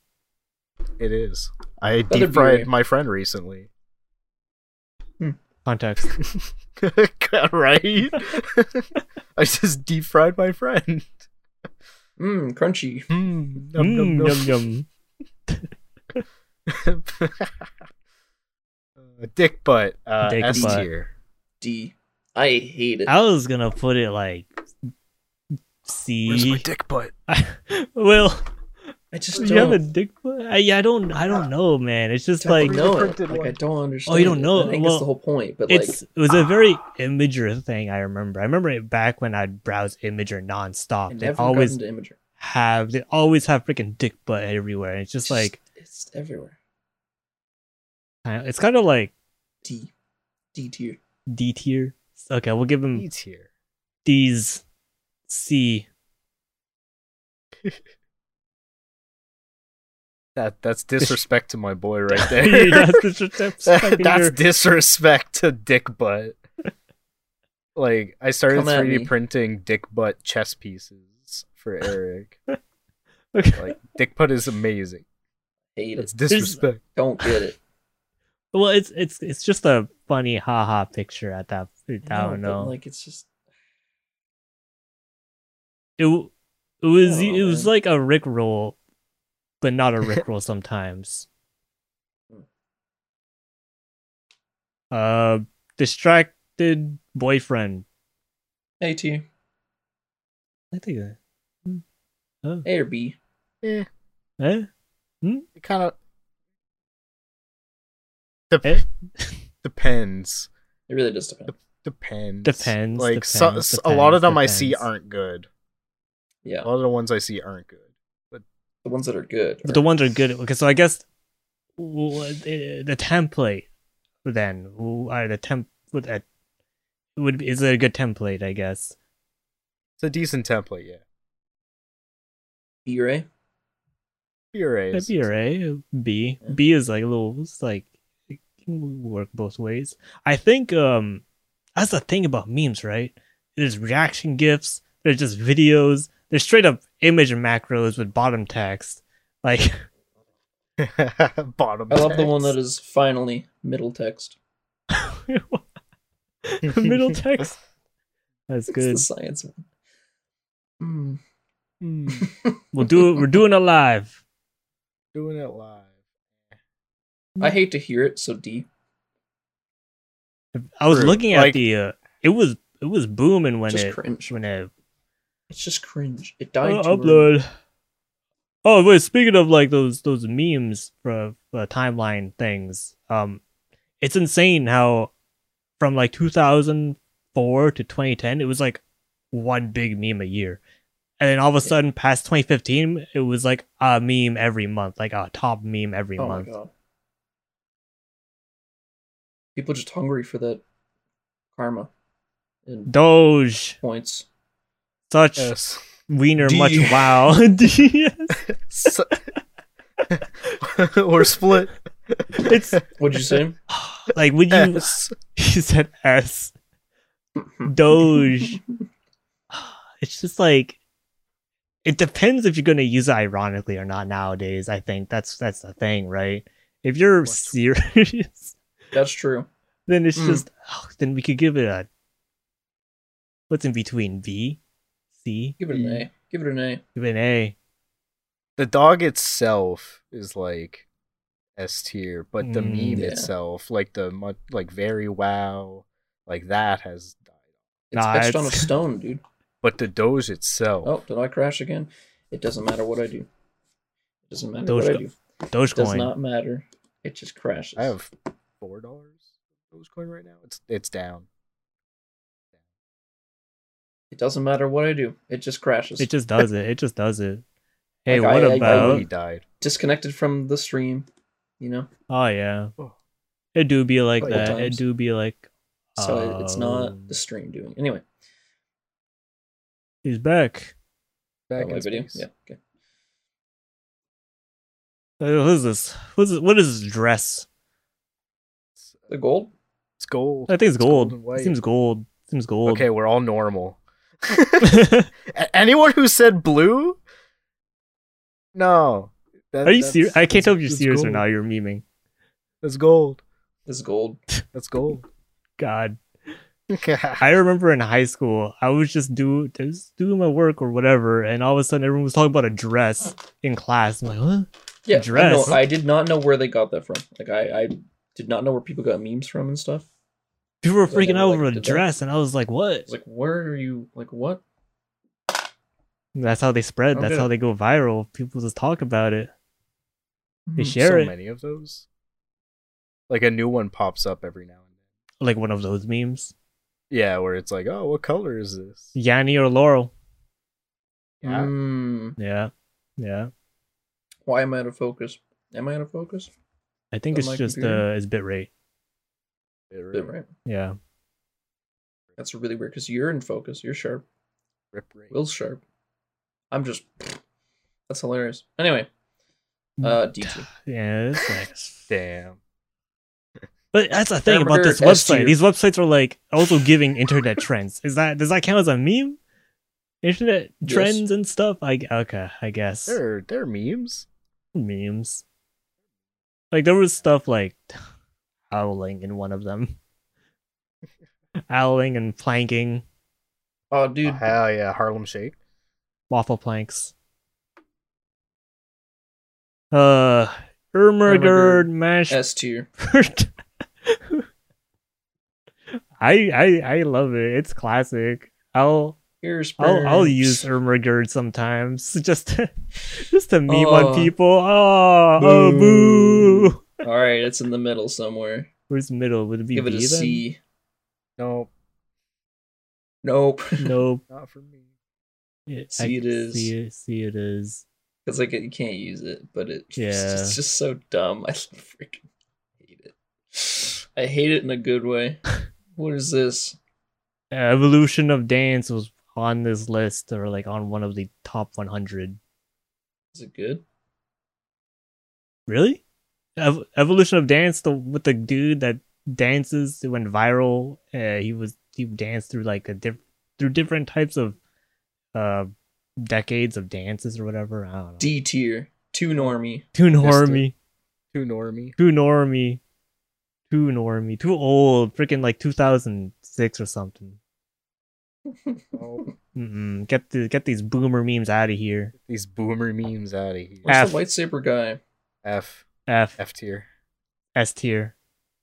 S2: It is. I
S4: be
S2: deep fried
S4: right.
S2: my friend recently.
S3: context.
S2: right? I just deep fried my friend.
S4: Mmm, crunchy.
S2: Mm,
S3: Mm,
S2: num, num,
S3: yum yum.
S2: num. Uh, dick butt. Uh,
S3: Dick
S2: S
S3: butt.
S2: tier.
S4: D. I hate it.
S3: I was gonna put it like
S2: Where's my
S3: C.
S2: dick butt?
S3: well,
S4: I just
S3: you
S4: don't.
S3: have a dick. butt? I, yeah, I don't. I don't know, man. It's just
S4: I
S3: like Oh,
S4: don't know it.
S2: printed
S4: Like I
S2: one.
S4: don't understand.
S3: don't
S4: it.
S3: know
S4: I
S3: it.
S4: think
S3: Well,
S4: that's the whole point. But like, ah.
S3: it's it was a very imager thing. I remember. I remember it back when I'd browse imager
S4: I
S3: nonstop. They
S4: never
S3: always
S4: got into imager.
S3: have. They always have freaking dick butt everywhere. And it's just like
S4: it's everywhere.
S3: uh, it's kind of like
S4: D, D tier.
S3: D tier. Okay, we'll give him
S2: E tier.
S3: D's C.
S2: That that's disrespect to my boy right there.
S3: That's disrespect-
S2: that's disrespect to dick butt. Like I started
S4: Come at
S2: 3D
S4: me.
S2: printing dick butt chess pieces for Eric.
S3: Okay.
S2: like dick butt is amazing.
S4: Hate
S2: It's
S4: it.
S2: disrespect.
S4: Don't get it.
S3: Well, it's it's it's just a funny haha picture at that. I
S4: No,
S3: don't
S4: but,
S3: know.
S4: Like it's just
S3: it w- it was
S4: I don't
S3: it
S4: know,
S3: was
S4: man.
S3: like a Rick roll, but not a Rick roll sometimes. Hmm. Uh, distracted boyfriend.
S4: A tier,
S3: I think. that-
S4: A or B.
S2: Eh,
S3: Eh?
S2: it kind of
S3: Eh?
S2: depends.
S4: It really does depend.
S2: Depends.
S3: Depends,
S2: Like so,
S3: depends,
S2: so- a lot of them
S3: depends,
S2: I see
S3: depends.
S2: aren't good.
S4: Yeah,
S2: A lot of the ones I see aren't good.
S4: the ones that are good.
S3: But the
S4: are-
S3: ones are good. Okay, so I guess w- the, the template then or the temp would uh, would is it a good template? I guess.
S2: It's a decent template, yeah.
S4: B E or A.
S2: Puree.
S3: That'd be alright. B
S4: Yeah.
S3: B is like a little it's like it can work both ways. I think um that's the thing about memes, right? There's reaction gifs. There's just videos. They're straight up image macros with bottom text. Like
S2: Bottom.
S4: I love the one that is finally middle text.
S3: middle text.
S4: It's
S3: That's
S4: the
S3: good.
S4: science one. Mm.
S2: Hmm,
S3: We'll do it. We're doing it live.
S2: doing it live.
S4: I hate to hear it, so D.
S3: I was
S2: True.
S3: looking at
S2: Like-
S3: the. Uh, it was it was booming when
S4: Just
S3: it
S4: cringe.
S3: when it
S4: It's just cringe. It died
S3: Uh,
S4: too early.
S3: upload. Oh wait, speaking of like those those memes for uh, timeline things, um, it's insane how from like 2004 to 2010 it was like one big meme a year, and then all of a sudden past 2015 it was like a meme every month, like a top meme every
S4: Oh
S3: month.
S4: my god. People just hungry for that karma
S2: Mm.
S4: and
S3: Doge,
S4: points.
S3: such
S2: Yes.
S3: wiener,
S4: D.
S3: much wow. Yes.
S2: So- or split.
S3: it's
S4: What'd you say?
S3: like would you?
S2: Yes.
S3: He said S. Doge. It's just like it depends if you're gonna use it ironically or not nowadays. I think that's that's the thing, right? If you're
S2: What?
S3: serious,
S4: That's true.
S3: then it's
S4: Mm.
S3: just oh, then we could give it a what's in between B, C,
S4: Give it an A. Give it an A.
S3: give it an A.
S2: The dog itself is like S tier, but the
S3: Mm,
S2: meme
S4: yeah.
S2: itself, like the mu- like very wow, like that has died.
S4: It's
S3: Nah,
S4: etched on a
S3: it's-
S4: stone, dude.
S2: But the Doge itself,
S4: Oh, did I crash again? It doesn't matter what I do. It doesn't matter
S3: Doge
S4: what I
S3: go-
S4: do. It does
S3: Dogecoin.
S4: not matter. It just crashes.
S2: I have four dollars Dogecoin right now. It's it's down.
S4: It doesn't matter what I do. It just crashes.
S3: it just does it. It just does it. Hey,
S4: Like,
S3: what
S4: I- I- I
S3: about?
S2: He died.
S4: Disconnected from the stream, you know.
S3: oh yeah,
S2: Oh.
S3: it do be like
S4: Couple
S3: that.
S4: times.
S3: It do be like.
S4: So it- it's
S3: um,
S4: not the stream doing. Anyway,
S3: He's back.
S2: Back
S4: oh,
S2: in
S4: my video.
S2: space.
S4: Yeah. Okay.
S3: Uh, What is this? What is this? What is this dress?
S2: It's,
S4: The gold.
S2: it's gold.
S3: I think it's
S2: It's gold
S3: gold.
S2: and white.
S3: It seems gold. It seems gold.
S2: Okay, we're all normal. A- Anyone who said blue? No. That-
S3: Are you
S2: that's-
S3: serious? I can't tell if you're
S2: that's
S3: serious or
S2: gold.
S3: not. You're memeing.
S2: That's gold.
S4: This gold.
S2: That's gold.
S3: God,
S2: I
S3: I remember in high school, I was just do just doing my work or whatever, and all of a sudden, everyone was talking about a dress in class. I'm like, huh?
S4: Yeah.
S3: Dress.
S4: No, I did not know where they got that from. Like I, I did not know where people got memes from and stuff.
S3: People were
S4: So I
S3: freaking
S4: never,
S3: out
S4: like,
S3: over a
S4: did that.
S3: dress, and I was like, what?
S4: It's like, where are you? Like what?
S3: That's how they spread.
S2: I'm
S3: That's
S2: gonna-
S3: how they go viral. People just talk about it. They
S4: Mhm.
S3: share
S2: so
S3: it.
S2: many of those. Like a new one pops up every now and then.
S3: Like one of those memes.
S2: Yeah, where it's like, oh, what color is this?
S3: Yanni or Laurel.
S2: Yeah.
S4: Mm,
S3: Yeah. Yeah.
S4: why am I out of focus? Am I out of focus?
S3: I think
S4: On
S3: it's
S4: my
S3: just
S4: computer?
S3: uh, it's bitrate.
S4: Bit
S2: Rip, rip,
S4: right.
S3: Yeah.
S4: That's really weird because you're in focus. You're sharp.
S2: rip.
S4: Will's sharp. I'm just. That's hilarious. Anyway, uh, D2.
S3: Yeah. It's like,
S2: Damn.
S3: But that's the thing
S4: Amber
S3: about this
S4: Heard, S
S3: website.
S4: tier.
S3: These websites are like also giving internet trends. Is that does that count as a meme? Internet
S4: Yes.
S3: trends and stuff. I okay, I guess
S2: There, are, there are memes.
S3: memes. Like there was stuff like howling in one of them, howling and planking
S4: Oh, dude.
S2: Hell yeah, Harlem Shake.
S3: waffle planks. Uh, Ermergerd
S4: Ermengarde
S3: mashed
S4: S tier.
S3: Bert. I I I love it. It's classic. I'll
S4: Here's
S3: I'll I'll
S4: Burns.
S3: use Ermagerd sometimes just to, just to meme on
S4: Oh.
S3: people. Oh, oh
S4: Boo.
S3: boo.
S4: All right, it's in the middle somewhere.
S3: Where's middle? Would it be
S4: Give it a
S3: B then?
S4: C.
S2: Nope,
S4: Nope.
S3: Nope.
S2: not for me.
S3: It-
S4: C
S3: I
S4: it
S3: can
S4: is.
S3: See it, see it is.
S4: It's like you can't use it, but it, it's,
S3: Yeah.
S4: just, it's just so dumb. I freaking hate it. I hate it in a good way. What is this?
S3: Evolution of Dance was on this list or like on one of the top 100.
S4: Is it good?
S3: Really? Ev- Evolution of Dance, the with the dude that dances it went viral. Uh, he was he danced through like a diff- through different types of uh decades of dances or whatever. I don't know.
S4: D tier, two normie.
S3: too
S4: it.
S3: normie,
S2: Too normie.
S3: too normie, too normie, too old. Freaking like 2006 or something.
S2: Oh,
S3: Mm-mm. Get the get these boomer memes out of here.
S2: these boomer memes out of here.
S4: What's
S3: Ah. F.
S4: the lightsaber guy?
S2: F
S3: F
S2: F tier.
S3: S tier,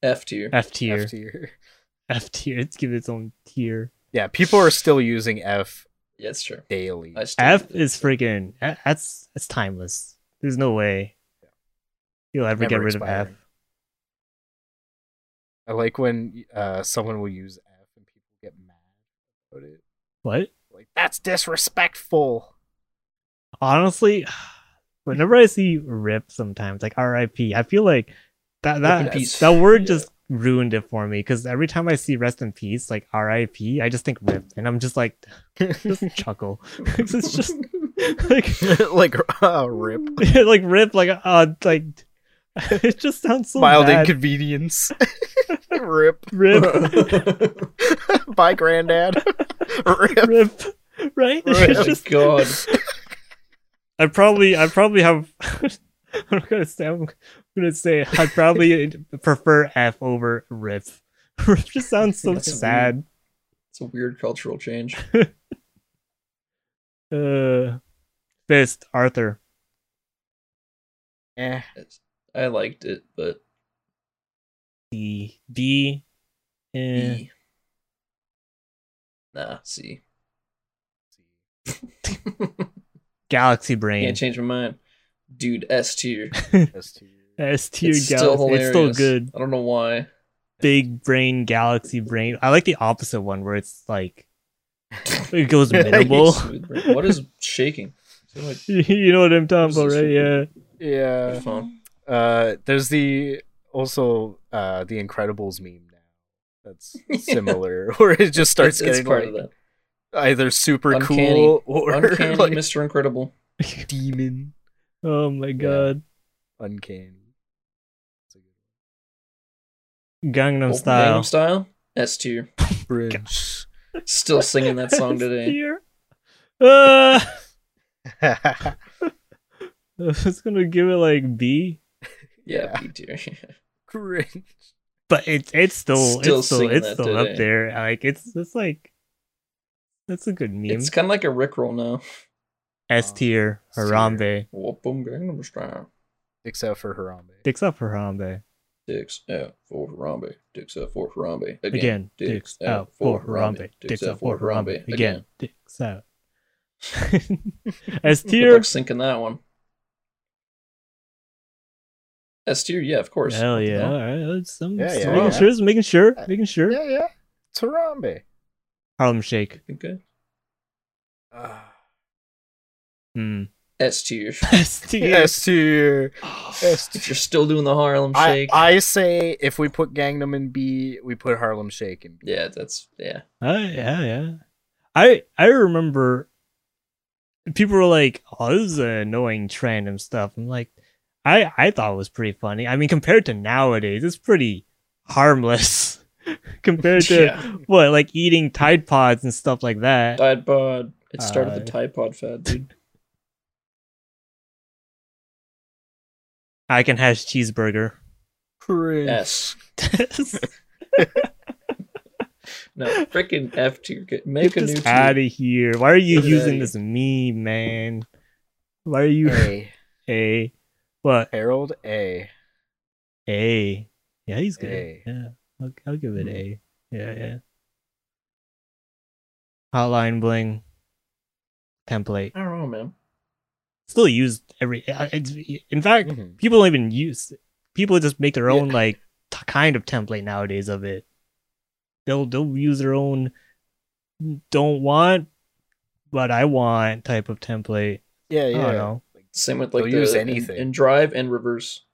S4: F tier.
S3: F tier,
S2: F tier.
S3: F tier. It's give it its own tier.
S2: Yeah, people are still using F
S4: Yeah, it's true.
S2: daily.
S4: I still
S3: F is freaking. a- That's that's timeless. There's no way you'll ever get
S2: Never
S3: rid of F.
S2: expiring. I like when uh, someone will use F and people get mad about it.
S3: What?
S2: Like that's disrespectful.
S3: honestly, whenever I see RIP, sometimes like RIP, I feel like that
S4: in
S3: that
S4: peace.
S3: that word
S4: Yeah.
S3: just ruined it for me. Because every time I see rest in peace, like RIP, I just think RIP, and I'm just like just chuckle. 'Cause it's just like
S2: like uh, rip.
S3: like RIP, like uh, like it just sounds so
S2: Mild
S3: bad.
S2: inconvenience. rip.
S3: RIP,
S2: Bye, granddad. rip.
S3: RIP, right? It's
S2: Rip.
S3: just
S4: oh God.
S3: I probably I probably have I'm gonna say I'm gonna say I probably prefer F over riff. Riff just sounds so
S4: That's
S3: sad.
S4: It's a weird cultural change.
S3: Uh, fist Arthur.
S2: Eh,
S4: It's- I liked it, but
S3: D D. Eh.
S4: E. Nah, C.
S3: Galaxy
S4: Can't
S3: Brain.
S4: change my mind. Dude, S tier.
S2: S tier.
S3: S tier
S4: It's
S3: Galaxy.
S4: still hilarious.
S3: It's still good.
S4: I don't know why.
S3: Big Brain Galaxy Brain. I like the opposite one where it's like it goes minimal.
S4: Smooth brain. what is shaking? Is that
S3: you know what I'm talking about,
S4: This is
S3: right? Yeah.
S4: my
S2: Yeah.
S4: phone?
S2: Uh, there's the also uh the Incredibles meme now. That's
S4: Yeah.
S2: similar, where it just starts
S4: It's- it's
S2: getting
S4: part
S2: like,
S4: of that.
S2: either super
S4: Uncanny.
S2: cool or
S4: Uncanny
S2: like
S4: Mr. Incredible.
S2: demon
S3: Oh my god.
S2: uncanny.
S4: Oh,
S3: Gangnam Style.
S4: Gangnam Style. S tier.
S2: Bridge.
S4: Still singing that song today.
S3: Dear. Uh,
S2: yeah.
S3: I was gonna give it like B,
S4: Yeah, B tier.
S2: Cringe.
S3: but it's it's still
S4: Still
S3: it's still
S4: singing
S3: it's
S4: that
S3: still
S4: today.
S3: up there. Like it's it's like that's a good meme.
S4: It's kind of like a Rickroll now.
S3: S tier
S2: S tier.
S3: Harambe.
S4: Whoop boom Gangnam Style.
S2: Except for Harambe.
S3: Dicks up Harambe
S4: Dicks out for Harambe. Dicks out for Harambe. Again.
S3: again. Dicks out for Harambe. Dicks out for Harambe again. Dicks out. S
S4: Good
S3: tier.
S4: luck sinking that one. S tier, yeah, of course.
S3: Hell
S4: What the
S3: yeah!
S4: hell?
S3: All right, let's, I'm
S2: Yeah,
S3: just
S2: yeah, Uh,
S3: making
S4: yeah.
S3: sure, just making sure, making sure.
S2: Yeah, yeah. It's Harambe.
S3: Harlem Shake.
S4: Okay.
S2: Ah.
S3: Mm.
S4: S tier.
S3: S tier.
S2: S tier. S
S4: If
S2: tier.
S4: you're still doing the Harlem
S2: I,
S4: Ah. Shake,
S2: I say if we put Gangnam in B, we put Harlem Shake in B.
S4: yeah, that's yeah.
S3: Oh yeah, yeah. I I remember people were like, "Oh, this is an annoying trend and stuff." I'm like, I I thought it was pretty funny. I mean, compared to nowadays, it's pretty harmless compared to
S4: yeah.
S3: what like eating Tide Pods and stuff like that.
S4: Tide Pod. It started
S3: Uh,
S4: the Tide Pod fad, dude.
S3: I can hash cheeseburger.
S2: Cringe.
S4: S. No, freaking F tier. Get- Make a new
S3: Get out
S4: tier.
S3: of here. Why are you
S4: Get outta
S3: using
S4: here.
S3: this meme, man? Why are you
S2: A.
S3: a what?
S2: Harold A.
S3: A. Yeah, he's good.
S2: A. Hmm.
S3: Yeah, I'll, I'll give it A. Yeah, yeah. Hotline bling template
S4: I don't know, man.
S3: still used every. uh, It's, in fact,
S2: Mhm.
S3: people don't even use. People just make their
S2: Yeah.
S3: own like t- kind of template nowadays of it. They'll they'll use their own don't want but I want type of template.
S2: Yeah,
S3: I don't
S2: yeah.
S3: know.
S4: Same with like
S2: They'll
S4: the
S2: use
S4: in-
S2: anything.
S4: in, drive and reverse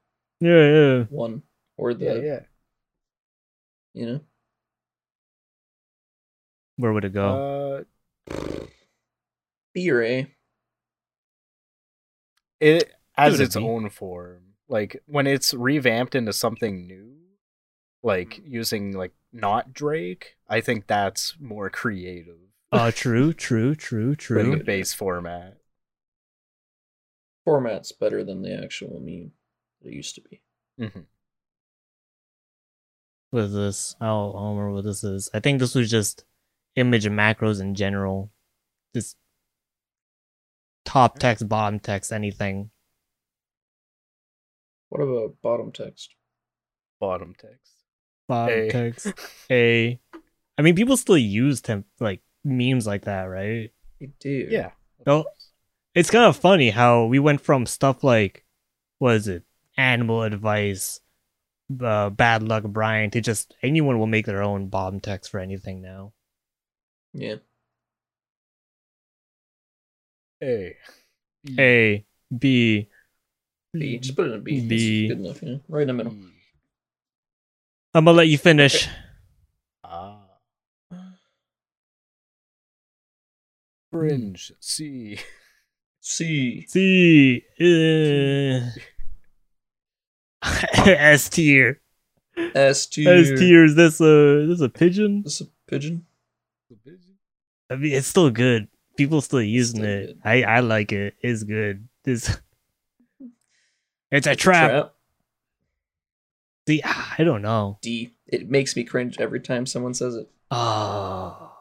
S3: Yeah, yeah.
S4: one or the
S2: Yeah, yeah.
S4: you know
S3: Where would it go?
S2: Uh,
S4: B or A.
S2: it as
S3: it a
S2: its
S3: B.
S2: own form. Like when it's revamped into something new, like using like not Drake, I think that's more creative.
S3: Uh, true, true, true,
S2: Like a
S3: true.
S2: base format.
S4: Format's better than the actual meme it used to be.
S2: Mm-hmm.
S3: What is this? I don't, I don't remember what this is. I think this was just image and macros in general. Just top text, bottom text, anything.
S4: What about bottom text?
S2: Bottom text.
S3: Bottom
S2: Hey.
S3: text. A. I mean, people still use temp like memes like that, right?
S4: You do.
S2: Yeah.
S3: No. It's kind of funny how we went from stuff like, what is it, animal advice, uh, bad luck Brian, to just anyone will make their own bottom text for anything now.
S4: Yeah.
S2: Hey. E. Hmm.
S3: A, B,
S4: B. Just put it in a B. That's
S3: B.
S4: Good enough. Yeah. Right in the middle.
S3: I'm gonna let you finish.
S2: Ah. Fringe. C.
S4: C.
S3: C, uh, S tier.
S4: S tier.
S3: S tier is this a this a pigeon?
S4: This a pigeon.
S3: I mean, it's still good. People still using
S4: still
S3: it.
S4: good.
S3: I I like it. It's good. This. It's a trap. See, ah, I don't know.
S4: D. It makes me cringe every time someone says it
S3: Oh,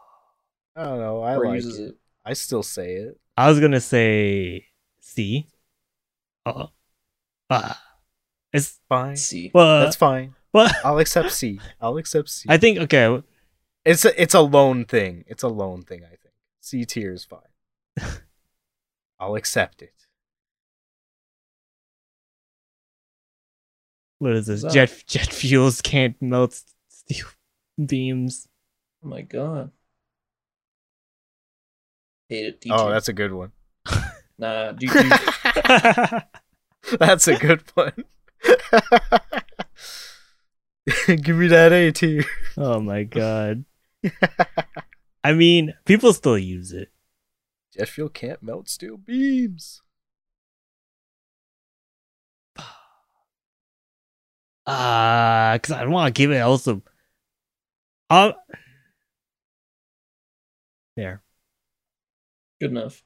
S2: I don't know. I
S4: or
S2: like
S4: uses
S2: it.
S4: it.
S2: I still say it.
S3: I was gonna say C. Uh, uh, it's
S2: Fine.
S4: C.
S3: well,
S2: That's fine.
S3: well.
S2: I'll accept C. I'll accept C.
S3: I think okay.
S2: It's a, it's a lone thing. It's a lone thing. I think C tier is fine. I'll accept it.
S3: What is this?
S4: What's
S3: Jet jet fuels can't melt steel beams.
S4: Oh my god. Hate it. D
S2: Oh,
S4: tier.
S2: that's a good one.
S4: nah. D tier.
S2: That's a good one. Give me that A tier.
S3: oh my god. I mean, people still use it.
S2: Jet fuel can't melt steel beams.
S3: Uh, because I want to give it also. Uh, there.
S4: Good enough.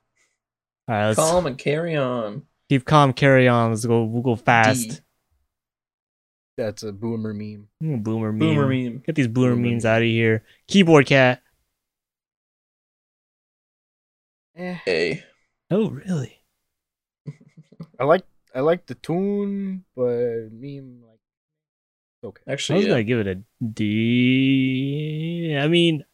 S3: All right, let's
S4: Calm and carry on.
S3: keep calm, carry on. Let's go. We'll go fast.
S2: That's a boomer meme.
S3: Mm, Boomer meme.
S4: Boomer meme.
S3: Get these boomer,
S4: Boomer
S3: memes
S4: meme.
S3: out of here. Keyboard cat.
S2: Eh.
S4: A.
S3: Oh, really?
S2: I like I like the tune, but meme like okay.
S3: I was
S4: Actually, yeah.
S3: gonna give it a D. I mean,
S4: I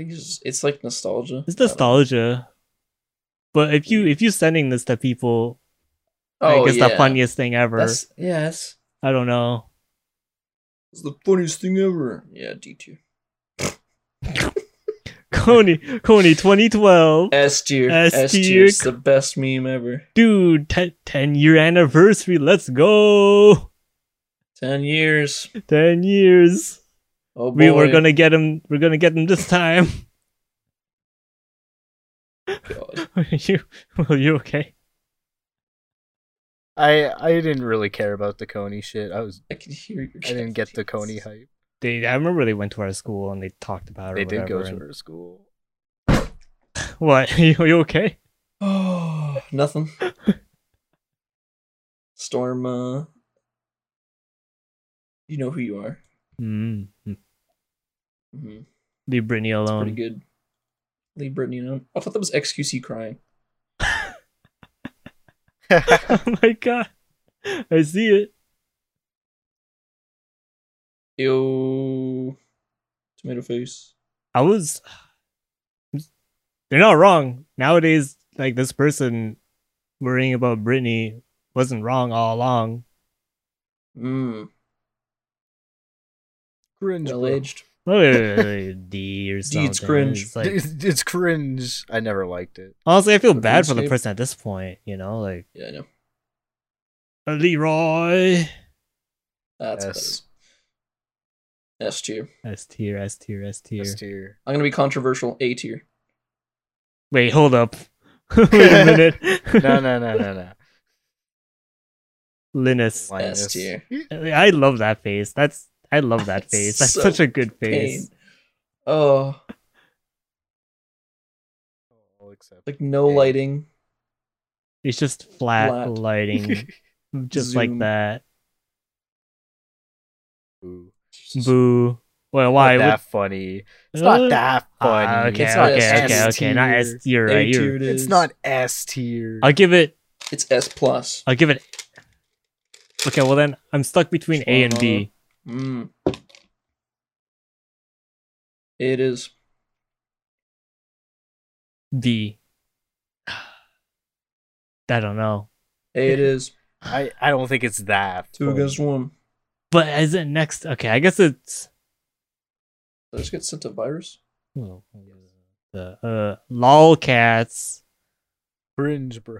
S4: think it's, just, it's like nostalgia.
S3: it's
S4: I don't know.
S3: nostalgia. But if you if you sending this to people, like it's the funniest thing ever.
S4: Oh, That's, yes.
S3: I don't know.
S4: It's the funniest thing ever. Yeah, D tier.
S3: Coney Coney 2012.
S4: S tier.
S3: S
S4: S
S3: tier.
S4: tier. It's the best meme ever.
S3: dude 10, 10 year anniversary let's go
S4: 10 years.
S3: 10 years
S4: Oh boy.
S3: we were gonna get him we're gonna get him this time
S4: God.
S3: Are you well you okay
S2: I I didn't really care about the Coney shit. I was
S4: I can hear your
S2: I didn't get the Coney hype.
S3: they, i remember they went to our school and they talked about it
S2: They
S3: or
S2: did go
S3: whatever,
S2: to her school.
S3: and- what you, you okay
S4: Oh, nothing. Storm, uh. You know who you are.
S3: mm.
S4: hmm
S3: leave brittany
S4: Pretty
S3: alone
S4: good. Leave Brittany alone. I thought that was XQC crying.
S3: oh my god i see it
S4: Ew. Tomato face.
S3: I was. They're not wrong nowadays. Like this person worrying about Britney wasn't wrong all along.
S4: Mmm.
S2: Cringe.
S4: Well
S2: bro.
S4: aged.
S3: Uh, D or
S4: D,
S3: something.
S4: it's cringe.
S3: It's like-
S2: it's, it's cringe. I never liked it.
S3: honestly, I feel
S4: The
S3: bad for the
S4: RuneScape.
S3: person at this point. You know, like
S4: Yeah, I know.
S3: uh, Leroy.
S4: That's
S2: S.
S4: better. S tier.
S3: S tier, S tier, S tier.
S2: S tier.
S4: I'm gonna be controversial. A tier.
S3: Wait, hold up. Wait a minute.
S2: No, no, no, no, no.
S3: Linus.
S2: Linus.
S4: tier.
S3: I love that face. That's I love that face. That's
S4: So
S3: such a good
S4: Pain.
S3: face.
S4: Oh,
S2: except
S4: Like no
S2: Yeah.
S4: lighting.
S3: It's just flat,
S4: Flat.
S3: lighting, just like
S4: Zoom.
S3: that.
S2: Ooh,
S3: Boo. Well,
S2: why not
S3: why? would-
S2: that funny? It's not
S3: Uh,
S2: that funny.
S3: ah, okay,
S2: it's not
S3: okay,
S2: S
S3: okay, okay. Not
S4: tier.
S3: S. You're
S4: A
S3: right.
S4: tier
S3: You're,
S4: it
S2: It's
S4: is.
S2: not S tier.
S3: I'll give it.
S4: It's S plus.
S3: I'll give it. Okay. Well, then I'm stuck between A and B.
S4: Mm. It is.
S3: D. I don't know.
S4: It is
S2: I, I don't think it's that.
S4: two
S2: funny.
S4: against one.
S3: But is it next? Okay, I guess it's
S4: Did I just get sent a virus?
S3: oh, the uh, lolcats.
S2: Cringe, bro.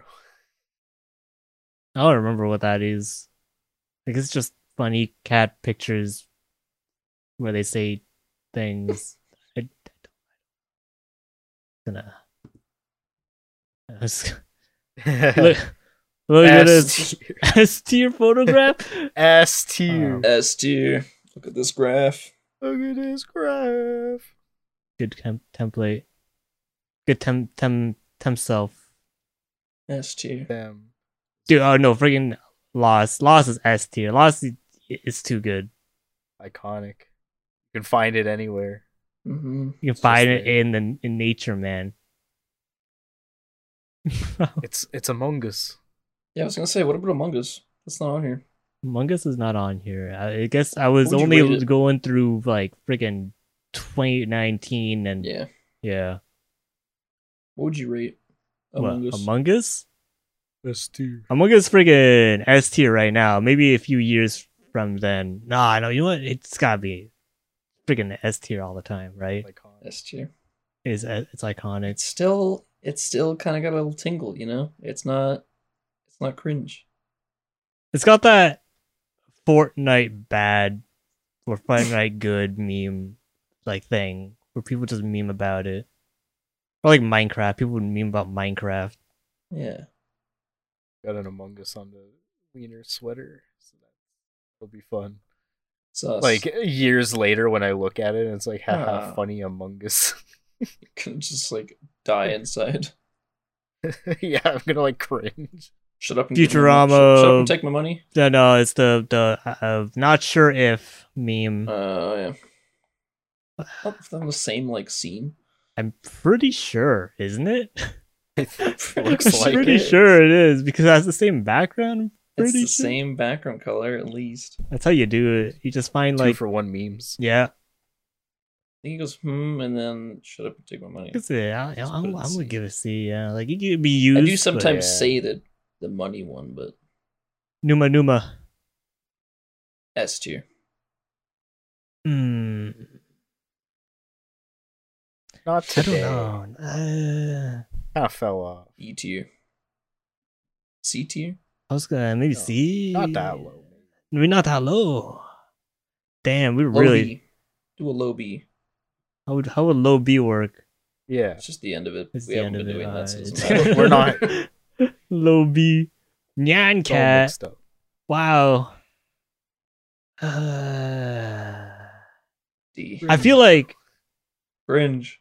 S3: I don't remember what that is. Like it's just funny cat pictures where they say things. I, I don't gonna. I was- look, look at this
S2: S tier.
S3: S tier photograph.
S2: S
S3: Oh.
S2: tier.
S4: S tier. Look at this graph.
S2: Look at this graph.
S3: Good temp- template. Good tem tem temp self.
S4: S tier.
S2: Damn.
S3: Dude, oh no, freaking loss. Loss is S tier. Loss i- is too good.
S2: Iconic. You can find it anywhere.
S4: Mm-hmm.
S3: You can
S2: It's just
S3: find it
S2: there.
S3: in the in nature, man.
S2: It's it's Among Us.
S4: Yeah, I was gonna say, what about Among Us? That's not on here.
S3: Among Us is not on here. I I guess I was
S4: What would you rate
S3: only
S4: it?
S3: going through like freaking 2019 and yeah.
S4: Yeah. What would you rate
S3: What,
S4: Among Us?
S3: Among Us?
S2: S tier.
S3: Among Us freaking S tier right now. Maybe a few years from then. Nah, no, you know what? It's gotta be freaking S tier all the time, right?
S2: Iconic.
S4: S tier.
S3: It's it's iconic.
S4: It's still, it's still kind of got a little tingle, you know. It's not, it's not cringe.
S3: It's got that Fortnite bad or Fortnite good meme like thing where people just meme about it. Or like Minecraft, people would meme about Minecraft.
S4: Yeah.
S2: Got an Among Us on the wiener sweater. So that'll be fun.
S4: Sus.
S2: Like years later when I look at it and it's like haha
S4: Ah.
S2: funny Among Us.
S4: Gonna just like die inside.
S2: yeah, I'm gonna like cringe.
S4: Shut up and give me my money.
S3: Futurama.
S4: Shut, shut up and take my money.
S3: No, no, it's the the uh, not sure if meme.
S4: Oh yeah. Not from the same like scene.
S3: I'm pretty sure, isn't it?
S4: Looks
S3: I'm
S4: like
S3: pretty
S4: it.
S3: sure it is because it has the same background.
S4: It's
S3: Pretty
S4: the
S3: sure.
S4: same background color at least. I
S3: That's how you do it. You just find
S2: Two
S3: like
S2: for one memes.
S3: yeah.
S4: think he goes hmm, and then shut up and take my money.
S3: It's, yeah I,
S4: Just
S3: I'm,
S4: put it
S3: I'm gonna
S4: C.
S3: give it C. Yeah, like it could be used.
S4: I do
S3: but-
S4: sometimes
S2: yeah.
S4: say the the money one, but
S3: Numa Numa.
S4: S tier.
S3: Hmm.
S2: Not
S3: I
S2: today.
S3: don't know. Uh,
S2: Kinda fell off.
S4: E tier. C tier.
S3: I was gonna maybe
S2: No,
S3: see.
S2: Not that low.
S3: We're not that low. Damn, we
S4: Low
S3: really.
S4: B. Do a low B.
S3: How would how would low B work?
S2: Yeah.
S4: It's just the end of it.
S3: It's
S4: we
S3: the
S4: haven't
S3: end of
S4: been
S3: it.
S4: doing that
S3: uh,
S4: since.
S3: it's-
S2: We're- we're not-
S3: low B. Nyan
S2: It's all
S3: cat.
S2: mixed up.
S3: Wow. Uh,
S4: D.
S3: I feel like
S4: Cringe.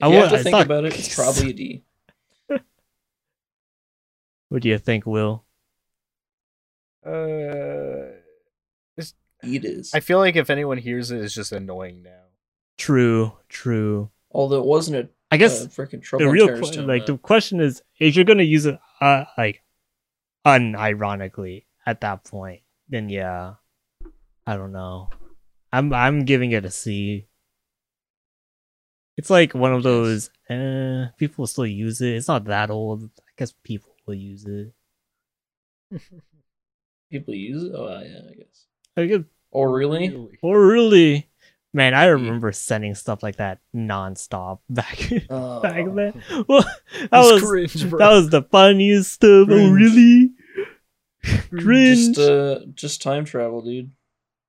S4: If
S3: I
S4: you have
S3: wa-
S4: to
S3: I
S4: think
S3: thought-
S4: about it. It's probably a D.
S3: what do you think, Will?
S2: Uh,
S4: E It is.
S2: I feel like if anyone hears it, it's just annoying now.
S3: True, true.
S4: Although it wasn't a
S3: I guess
S4: uh, freaking trouble.
S3: the
S4: on
S3: real
S4: Terrorist
S3: que-
S4: Town,
S3: like
S4: uh,
S3: the question is if you're gonna use it uh, like unironically at that point then yeah i don't know i'm i'm giving it a c it's like one of those eh, people still use it it's not that old i guess people will use it
S4: people use it. Oh uh, yeah, I guess.
S3: I guess,
S4: Oh really?
S2: Really?
S3: or really man i remember sending stuff like that nonstop back
S4: Oh,
S3: back then well that
S2: It's
S3: was
S2: cringe, bro.
S3: that was the funniest stuff oh
S4: Cringe.
S3: really cringe
S4: just uh, just time travel, dude.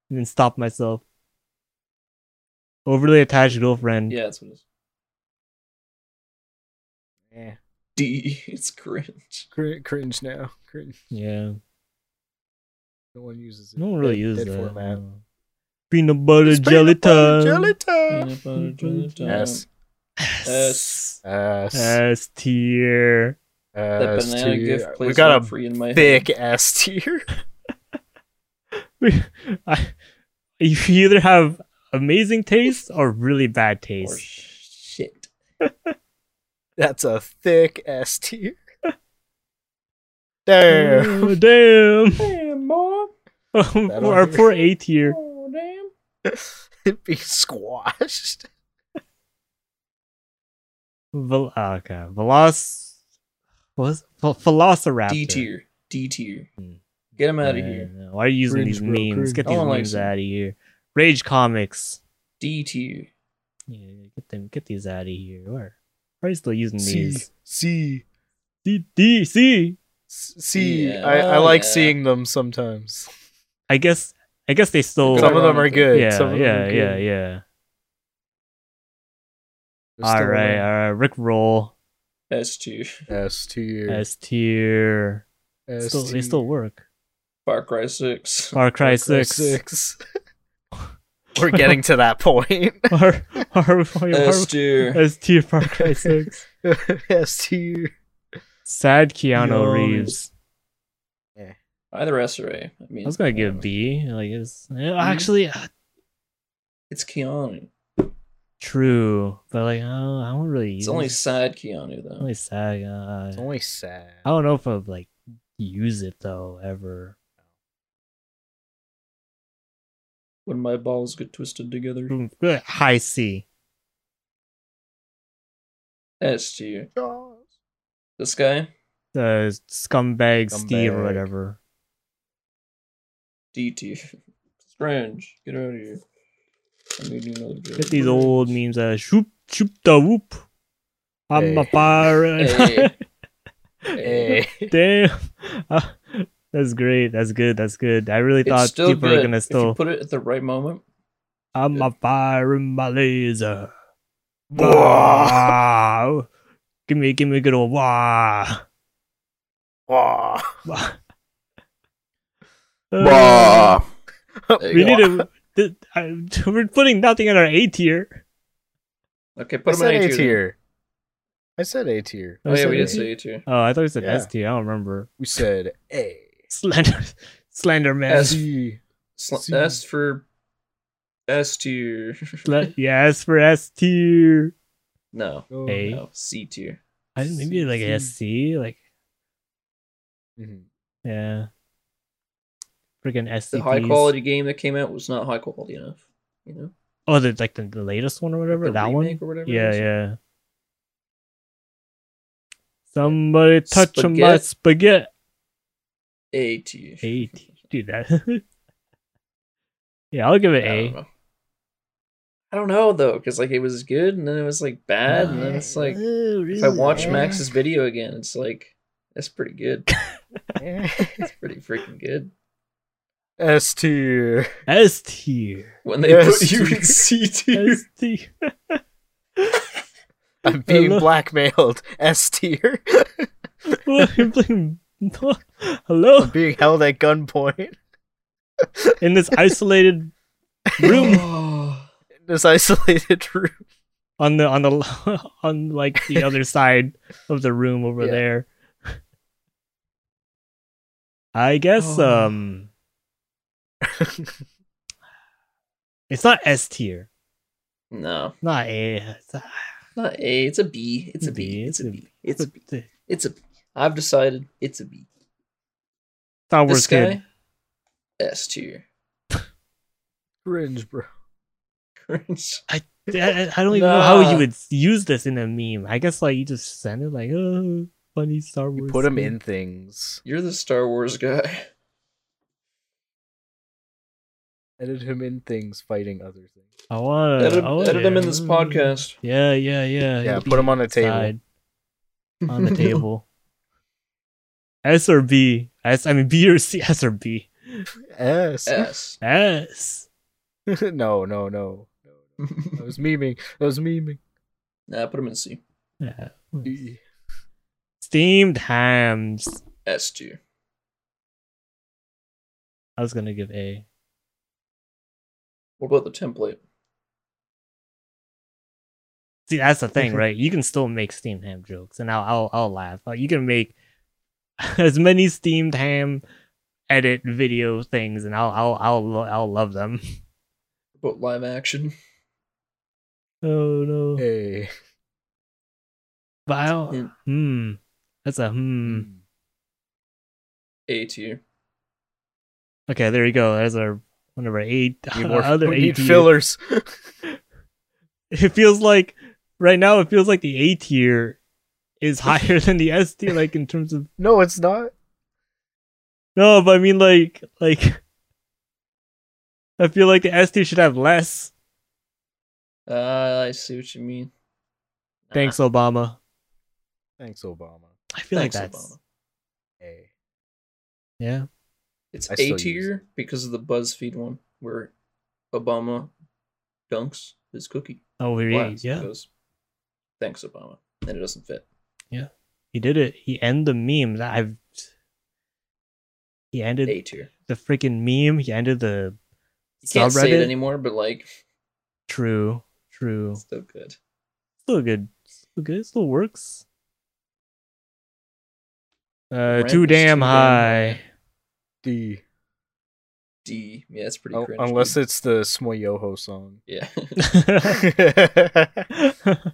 S3: and then stop myself. Overly attached girlfriend.
S4: Yeah, that's what it is.
S2: Eh,
S4: D. It's cringe.
S2: cr- cringe now. Cringe.
S3: Yeah.
S2: No one uses it.
S3: No one really
S2: Dead-
S3: uses
S2: dead
S3: that.
S2: format.
S3: no. Peanut butter
S2: It's
S3: jelly
S2: peanut butter
S3: time.
S2: Jelly time.
S4: Peanut butter, jelly time.
S2: Yes.
S4: S.
S2: S.
S3: S tier.
S4: That
S2: S
S4: banana
S2: tier.
S4: gift plays
S2: We got
S4: on
S2: a
S4: free in my
S2: thick S tier.
S3: I- You either have amazing taste or really bad
S4: head. Or
S3: taste.
S4: Oh, shit.
S2: That's a thick S tier. Damn.
S3: Oh, damn.
S4: Damn, boy.
S3: Our poor A tier.
S4: Oh, damn.
S3: Mm.
S2: It'd be squashed.
S3: Vel- oh, okay. Veloc. What was Vel- Velociraptor.
S4: D tier. D tier.
S3: Hmm.
S4: Get him out of
S3: Uh,
S4: here.
S3: Why are you using
S2: Cringe,
S3: these
S2: bro,
S3: memes?
S2: cringe.
S3: Get
S4: I
S3: these
S4: don't like
S3: memes
S4: some-
S3: out of here. Rage Comics.
S4: D tier.
S3: Yeah, get them. Get these out of here. Where? Why are you still using
S2: C
S3: these?
S2: C
S3: D D C.
S2: C.
S4: Yeah.
S2: I, I
S4: Oh,
S2: like
S4: yeah.
S2: seeing them sometimes.
S3: I guess. I guess they still.
S2: Some of them are
S4: Ironically.
S2: good.
S3: yeah,
S2: Some of them
S3: yeah,
S2: are
S3: yeah,
S2: good.
S3: yeah.
S2: There's
S3: All
S2: still
S3: right,
S2: one.
S3: all right. Rick Roll,
S4: S tier.
S2: S tier.
S3: S tier.
S2: S
S3: Still, they
S2: tier.
S3: still work.
S4: Far Cry 6.
S3: Far Cry Six.
S2: Six. We're getting to that point.
S3: Our our
S4: S tier.
S3: S tier Far Cry Six.
S2: S tier.
S3: Sad Keanu
S2: Yo.
S3: Reeves.
S4: Either S or A. I mean,
S3: I was gonna give
S4: whatever.
S3: B. Like it's
S2: Hmm?
S3: actually uh,
S4: It's Keanu.
S3: true, but like oh, I don't really.
S4: It's
S3: use
S4: only
S3: it.
S4: sad Keanu, though.
S3: only sad. Uh,
S2: It's only sad.
S3: I don't know if I'd like use it though ever.
S4: When my balls get twisted together.
S3: Boom, good. High C.
S4: S tier. This guy?
S3: The scumbag, Steve or
S2: Scumbag.
S3: whatever.
S4: D tier. Strange. Get out of here. I need you another job.
S3: Get these old memes. Uh, shoop shoop da whoop. I'm a
S2: Hey.
S3: pirate.
S4: Hey. Eh.
S2: Eh.
S3: Damn. Uh, that's great. That's good. That's good. I really
S4: It's
S3: thought
S4: still
S3: people
S4: good.
S3: were gonna
S4: If
S3: still.
S4: you put it at the right moment,
S3: I'm a pirate, my laser.
S2: Wah.
S3: Wow. Give me, give me a good old wow.
S2: Wah.
S3: Uh,
S4: There
S3: we
S4: you
S3: need
S4: go.
S3: to. th- I- We're putting nothing in our A tier.
S4: Okay,
S2: I
S4: put him
S2: said
S4: in
S2: A
S4: A tier.
S2: tier. I said A tier.
S4: then. Oh, yeah, we did
S3: Is that
S4: say A tier.
S3: Oh, I thought it said
S2: Yeah.
S3: S tier. I don't remember.
S2: We said A.
S3: Slender, Slender Man.
S4: S-
S2: C.
S4: Sl-
S2: See-
S4: S for S tier.
S3: Sle- yes, for S tier.
S4: no,
S2: Oh,
S3: A.
S4: no, C tier.
S3: I think maybe like a SC, like
S2: mhm.
S3: yeah, freaking SCPs.
S4: The high quality game that came out was not high quality enough. You know,
S3: Oh, the like the, the latest one or whatever.
S4: The
S3: that
S4: remake
S3: one.
S4: or whatever. it
S3: Yeah,
S4: was.
S3: yeah. Somebody touch my
S4: Spaghetti.
S3: spaghetti,
S4: A tier.
S3: A tier. dude. That. yeah, I'll give
S4: I
S3: it
S4: don't
S3: A.
S4: know. I don't know though, because like it was good, and then it was like bad, and then it's like
S3: Oh,
S4: if I watch
S2: Eh.
S4: Max's video again, it's like that's pretty good.
S2: Eh.
S4: That's pretty freaking good.
S2: S tier.
S3: S tier.
S4: When they
S2: Yes,
S4: put you
S2: tier.
S4: in C tier,
S3: S tier.
S2: I'm being
S3: Hello.
S2: blackmailed. S tier.
S3: What? You're playing- Hello,
S2: I'm being held at gunpoint.
S3: in this isolated room.
S2: in This isolated room.
S3: on the on the on like the other side of the room over
S2: Yeah.
S3: there. I guess
S4: Oh.
S3: um it's not S tier.
S4: no,
S3: Not A. It's a,
S4: not A. It's a B. It's a B. It's a B. It's a B.
S3: it's a-
S4: It's a B. I've decided it's a B.
S3: Star Wars
S4: This
S3: kid.
S4: guy, S tier.
S2: Cringe, bro.
S4: Cringe.
S3: I, I don't even know how you
S4: Nah.
S3: would use this in a meme. I guess like you just send it like oh funny Star Wars.
S2: You put him
S3: kid."
S2: in things.
S4: You're the Star Wars guy.
S2: Edit him in things fighting other things.
S3: I wanna
S4: edit
S3: I wanna-
S4: edit him in this podcast.
S3: Yeah, yeah, yeah.
S2: Yeah,
S3: He'll be
S2: put him on a table.
S3: outside. on the table. S or B? S I mean B or C? S or B?
S2: S.
S4: S.
S3: S.
S2: no, no, no. I was memeing. I was memeing.
S4: nah, put him in C.
S3: Yeah.
S2: E,
S3: Steamed hams.
S4: S tier.
S3: I was gonna give A.
S4: What about the template?
S3: See, that's the thing, right? You can still make steamed ham jokes, and I'll I'll, I'll laugh. Like, you can make as many steamed ham edit video things, and I'll I'll I'll lo- I'll love them.
S4: About live action.
S3: Oh no!
S2: Hey.
S3: But I don't-
S4: Mm.
S3: hmm, that's a hmm.
S4: A tier.
S3: Okay, there you go. There's our one of our eight
S2: Need more
S3: other
S2: we
S3: eight
S2: need
S3: tier.
S2: fillers.
S3: It feels like right now. It feels like the A tier is higher than the S tier, like in terms of
S2: No, it's not.
S3: No, but I mean like like I feel like the S tier should have less.
S4: Uh, I see what you mean.
S2: Uh-huh.
S3: Thanks, Obama.
S2: Thanks, Obama.
S3: I feel
S4: Thanks,
S3: like that's
S4: Obama.
S2: Hey.
S3: yeah.
S4: It's
S2: I
S4: A
S2: still use
S4: tier because of the BuzzFeed one where Obama dunks his cookie.
S3: Oh, he
S4: Why?
S3: yeah,
S4: Because, Thanks, Obama. And it doesn't fit.
S3: he did it. He ended the meme that I've. He ended
S4: A tier.
S3: the freaking meme. He ended the
S4: You can't say it
S3: subreddit.
S4: anymore, but like,
S3: True, true.
S4: still good.
S3: Still good. Still good. Still works. Uh,
S4: Rent
S3: too
S4: is too
S3: damn
S4: damn
S3: high.
S2: D.
S4: D. Yeah, that's pretty.
S2: Oh,
S4: cringe,
S2: unless
S4: dude.
S2: it's the Smoyoho song.
S4: yeah.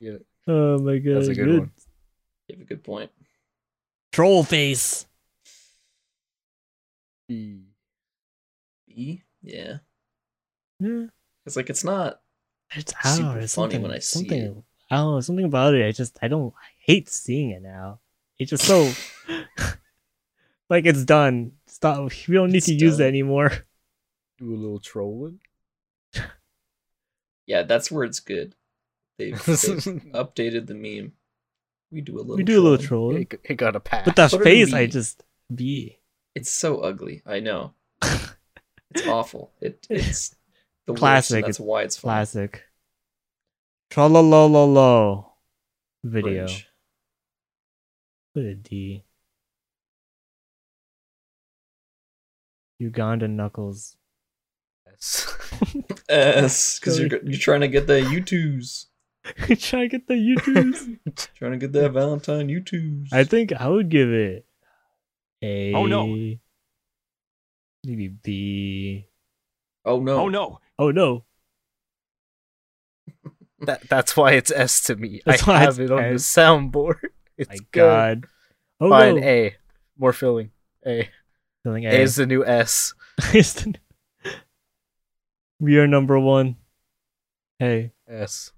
S2: Yeah.
S3: Oh my god.
S2: That's a good one.
S4: you have a good point.
S3: Troll face.
S2: B.
S4: B. E? Yeah.
S3: Yeah.
S4: It's like it's not.
S3: It's I don't know,
S4: super
S3: there's
S4: funny
S3: something,
S4: when I see
S3: something, I don't know, something about it. I just I don't I hate seeing it now. It's just so like it's done. Stop. We don't need
S4: It's
S3: to use
S4: done.
S3: it anymore.
S2: Do a little trolling.
S4: Yeah, that's where it's good. They've, they've updated the meme. We do a little.
S3: we do a little
S4: trolling.
S3: troll,
S2: It, it got a pass.
S3: but the
S4: Put it in
S3: face I
S4: B.
S3: just be.
S4: It's so ugly. I know. it's awful. It it's the
S3: Classic.
S4: Worst, and that's why it's funny.
S3: Classic. Trollolololo video.
S4: Cringe.
S3: Put a D. Uganda knuckles.
S4: S because you're
S3: Sorry.
S4: you're trying to get the U2s.
S3: Try to get the YouTubes.
S4: Trying to get that Valentine U2s.
S3: I think I would give it a.
S1: Oh, no.
S3: Maybe B.
S4: oh no.
S1: Oh no.
S3: Oh no!
S2: That, that's why it's S to me.
S3: That's
S2: I
S3: why
S2: have it
S3: it's
S2: on the
S3: S.
S2: soundboard. It's
S3: My
S2: good.
S3: God. Oh
S2: Fine,
S3: no!
S2: A. More filling. A.
S3: Feeling
S2: A
S3: A.
S2: is the new S.
S3: Is the- we are number one. Hey.
S2: S.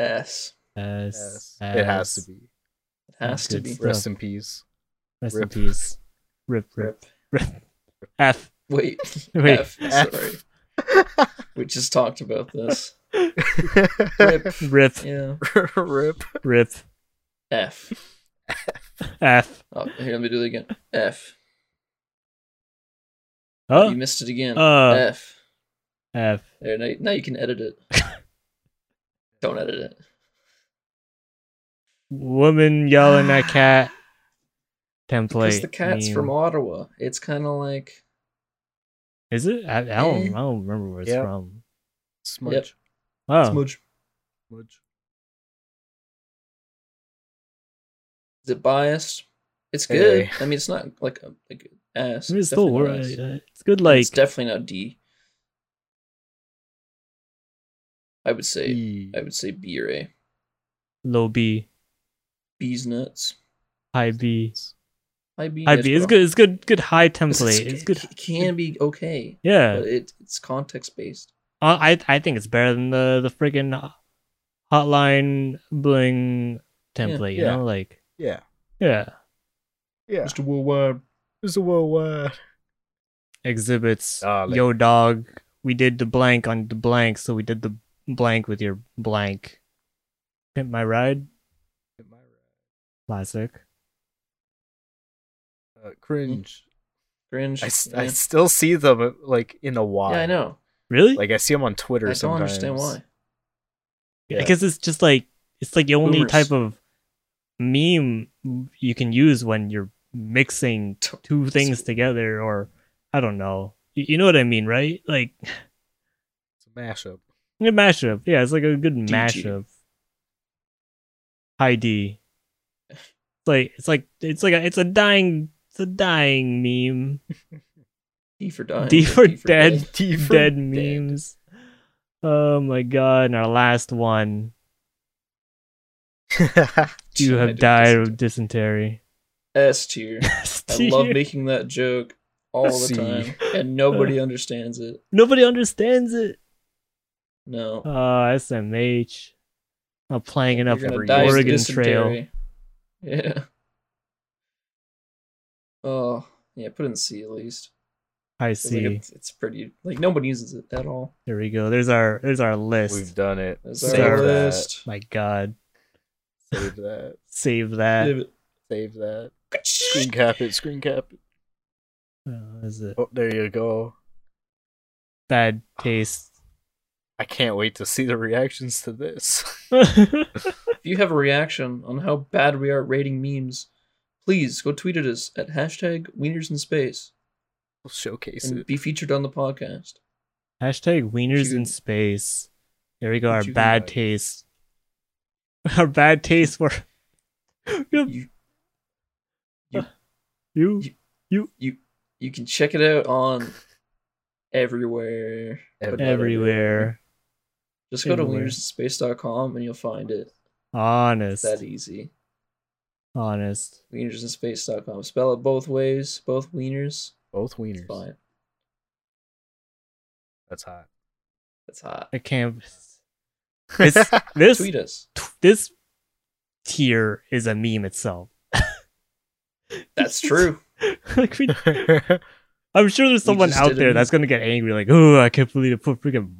S4: S.
S3: S,
S2: S. It has to be.
S4: It has to
S3: Good
S4: be.
S3: stuff.
S2: Rest in peace.
S3: Rest
S2: Rip.
S3: in peace. Rip, rip, rip. F.
S4: Wait.
S3: Wait.
S4: F.
S2: F.
S4: Sorry. We just talked about this.
S2: Rip.
S4: Rip.
S3: Rip,
S4: Yeah.
S2: Rip.
S3: rip.
S4: F.
S3: F.
S4: Oh, here, let me do it again. F.
S3: Oh.
S4: You missed it again.
S3: Uh.
S4: F.
S3: F.
S4: There, now, now you can edit it. Don't edit it.
S3: Woman yelling at cat. Template.
S4: Because the cat's
S3: meme.
S4: from Ottawa. It's kind of like
S3: Is it? I, I don't.
S4: Eh.
S3: I don't remember where it's
S2: Yep.
S3: from.
S2: Smudge.
S4: Yep.
S3: Oh,
S4: smudge.
S2: Smudge.
S4: Is it biased? It's good.
S2: Hey.
S4: I mean, it's not like a like ass.
S3: I mean, it's
S4: definitely
S3: still
S4: not
S3: wor-
S4: ass.
S3: uh, It's good. Like
S4: it's definitely not D. I would say
S2: E.
S4: I would say B or A.
S3: low B,
S4: B's nuts.
S3: high B,
S4: High B.
S3: high
S4: nuts,
S3: B. It's
S4: bro.
S3: good. It's good. Good high template.
S4: 'Cause
S3: It's,
S4: It's,
S3: good.
S4: It can be okay,
S3: Yeah,
S4: but it it's context based.
S3: Uh, I I think it's better than the the friggin' hotline bling template. You
S2: Yeah.
S3: know, like
S2: Yeah.
S3: yeah,
S2: Yeah.
S4: Mr. Worldwide.
S2: It's a worldwide.
S3: exhibits.
S2: Ah, like-
S3: Yo, dog. We did the blank on the blank, so we did the blank with your blank. Pimp my ride, classic.
S2: Uh, cringe.
S4: Cringe.
S2: I, s-
S4: yeah.
S2: I still see them uh, like in a while.
S4: Yeah, I know.
S3: Really?
S2: Like I see them on Twitter
S4: I don't
S2: sometimes.
S4: understand why.
S3: I guess it's just like it's like the only
S4: Boomers.
S3: type of meme you can use when you're mixing
S4: T-
S3: two things together, or I don't know. You, you know what I mean, right? Like
S2: It's a mashup.
S3: A mashup. Yeah, it's like a good
S4: DG.
S3: mashup. High D. It's like it's like it's like a, it's a dying it's a dying meme.
S4: D for dying.
S3: D for dead.
S2: T for-
S3: dead memes. Oh my god! And our last one. You
S4: I
S3: have
S4: did
S3: died
S4: this.
S3: of dysentery.
S4: S tier. I love making that joke all the
S2: See.
S4: time, and nobody
S3: Uh,
S4: understands it.
S3: Nobody understands it.
S4: No.
S3: Uh, SMH. Not playing enough
S4: You're gonna
S2: every
S4: die of
S3: Oregon Trail.
S4: dysentery. Yeah. Oh yeah, put in C at least.
S3: I
S4: 'Cause, like,
S3: see.
S4: it's, it's pretty. Like nobody uses it at all.
S3: There we go. There's our there's our
S2: We've
S3: list.
S2: done it.
S4: That's
S3: Save
S4: our
S3: that.
S4: list.
S3: My god.
S2: that. Save that.
S3: Save that.
S4: Give it-
S2: Save that. Screen cap it. Screen cap it.
S3: Oh, is it
S2: Oh, there you go.
S3: bad taste?
S2: I can't wait to see the reactions to this.
S4: If you have a reaction on how bad we are at rating memes, please go tweet at us at hashtag Wieners in Space
S2: We'll showcase
S4: and
S2: it.
S4: be featured on the podcast.
S3: Hashtag wieners in
S4: Shoot.
S3: space. There we go.
S4: What
S3: Our
S4: you
S3: bad
S2: got?
S3: taste. Our bad taste were
S4: You-
S3: you.
S4: You can check it out on everywhere. but not
S3: everywhere.
S4: Just go
S3: Everywhere.
S4: to wienersinspace.com and you'll find it. It's
S3: Honest.
S4: that easy.
S3: Honest.
S4: Wienersinspace.com. Spell it both ways, both wieners.
S2: Both
S4: It's
S2: wieners.
S4: fine.
S2: That's hot.
S4: That's hot.
S3: I can't. This this
S4: Tweet us.
S3: this tier is a meme itself.
S4: That's true.
S3: like we, I'm sure there's someone
S4: just
S3: out
S4: did a
S3: there
S4: meme.
S3: that's gonna get angry, like, "Oh, I can't believe they put freaking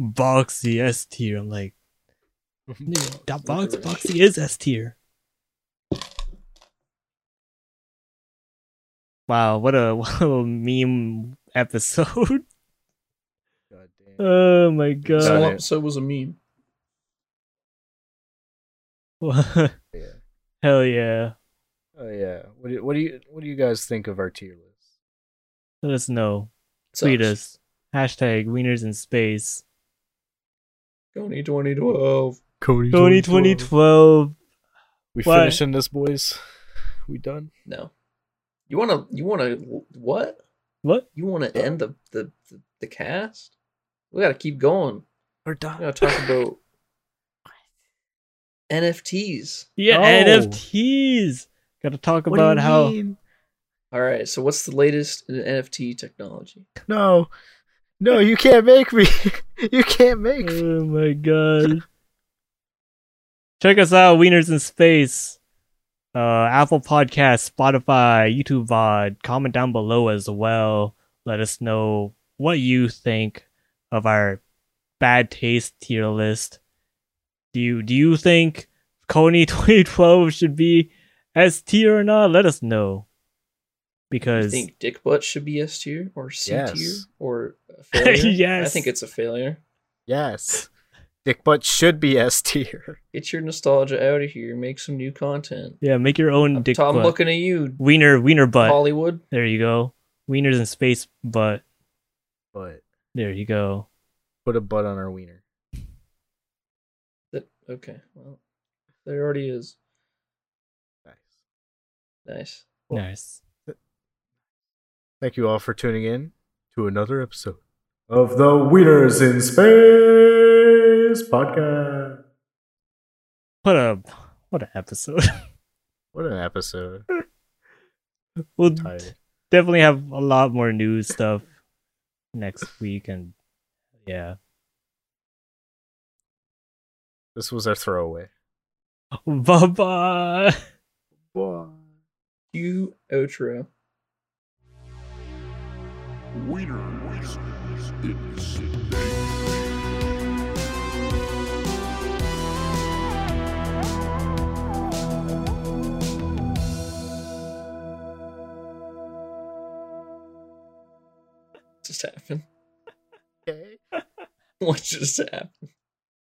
S3: Boxy S tier." I'm like, "Nigga, that box Boxy is S tier." Wow, what a, what a meme episode!
S2: God damn.
S3: oh my
S4: So,
S3: god!
S2: it.
S4: so was a meme.
S2: Yeah.
S3: Hell yeah!
S2: Oh yeah. What do, what do you what do you guys think of our tier list?
S3: Let us know.
S4: Sucks.
S3: Tweet us. Hashtag Wieners in Space.
S4: Coney 2012.
S2: Cody.
S3: Tony 2012.
S2: We
S3: Why?
S2: finishing this, boys. We done.
S4: No. You wanna you wanna what?
S3: What?
S4: You wanna end the the, the, the cast? We gotta keep going.
S2: We're
S4: We
S2: done.
S4: gotta talk about NFTs.
S3: Yeah,
S2: No.
S3: NFTs. Got to talk about how
S4: Alright, so what's the latest in NFT technology?
S2: No, no, you can't make me. you can't make me.
S3: Oh my god. Check us out, Wieners in Space. Uh, Apple Podcasts, Spotify, YouTube VOD. Comment down below as well. Let us know what you think of our bad taste tier list. Do you do you think Coney 2012 should be S tier or not? Let us
S4: You
S3: know. Because
S4: think Dick Butt should be S tier or C tier
S2: Yes.
S4: or a failure? I
S3: Yes.
S4: think it's a failure.
S2: Yes, Dick Butt should be S tier.
S4: Get your nostalgia out of here. Make some new content.
S3: yeah, make your own dick
S4: Tom,
S3: butt.
S4: looking at you,
S3: Wiener Wiener butt.
S4: Hollywood.
S3: There you go. Wieners in space butt.
S2: But
S3: There you go.
S2: put a butt on our wiener.
S4: That, okay, well, there already is.
S2: Nice.
S4: Nice.
S2: Cool.
S3: Nice.
S2: Thank you all for tuning in to another episode of the Wieners in Space podcast.
S3: What a what an episode.
S2: What an episode!
S3: we'll
S2: Tired.
S3: definitely have a lot more news stuff next week and yeah.
S2: This was our throwaway.
S3: Bye bye.
S2: Bye.
S4: You outro.
S1: Wieners in Space.
S4: Just happened.
S2: Okay.
S4: What just happened?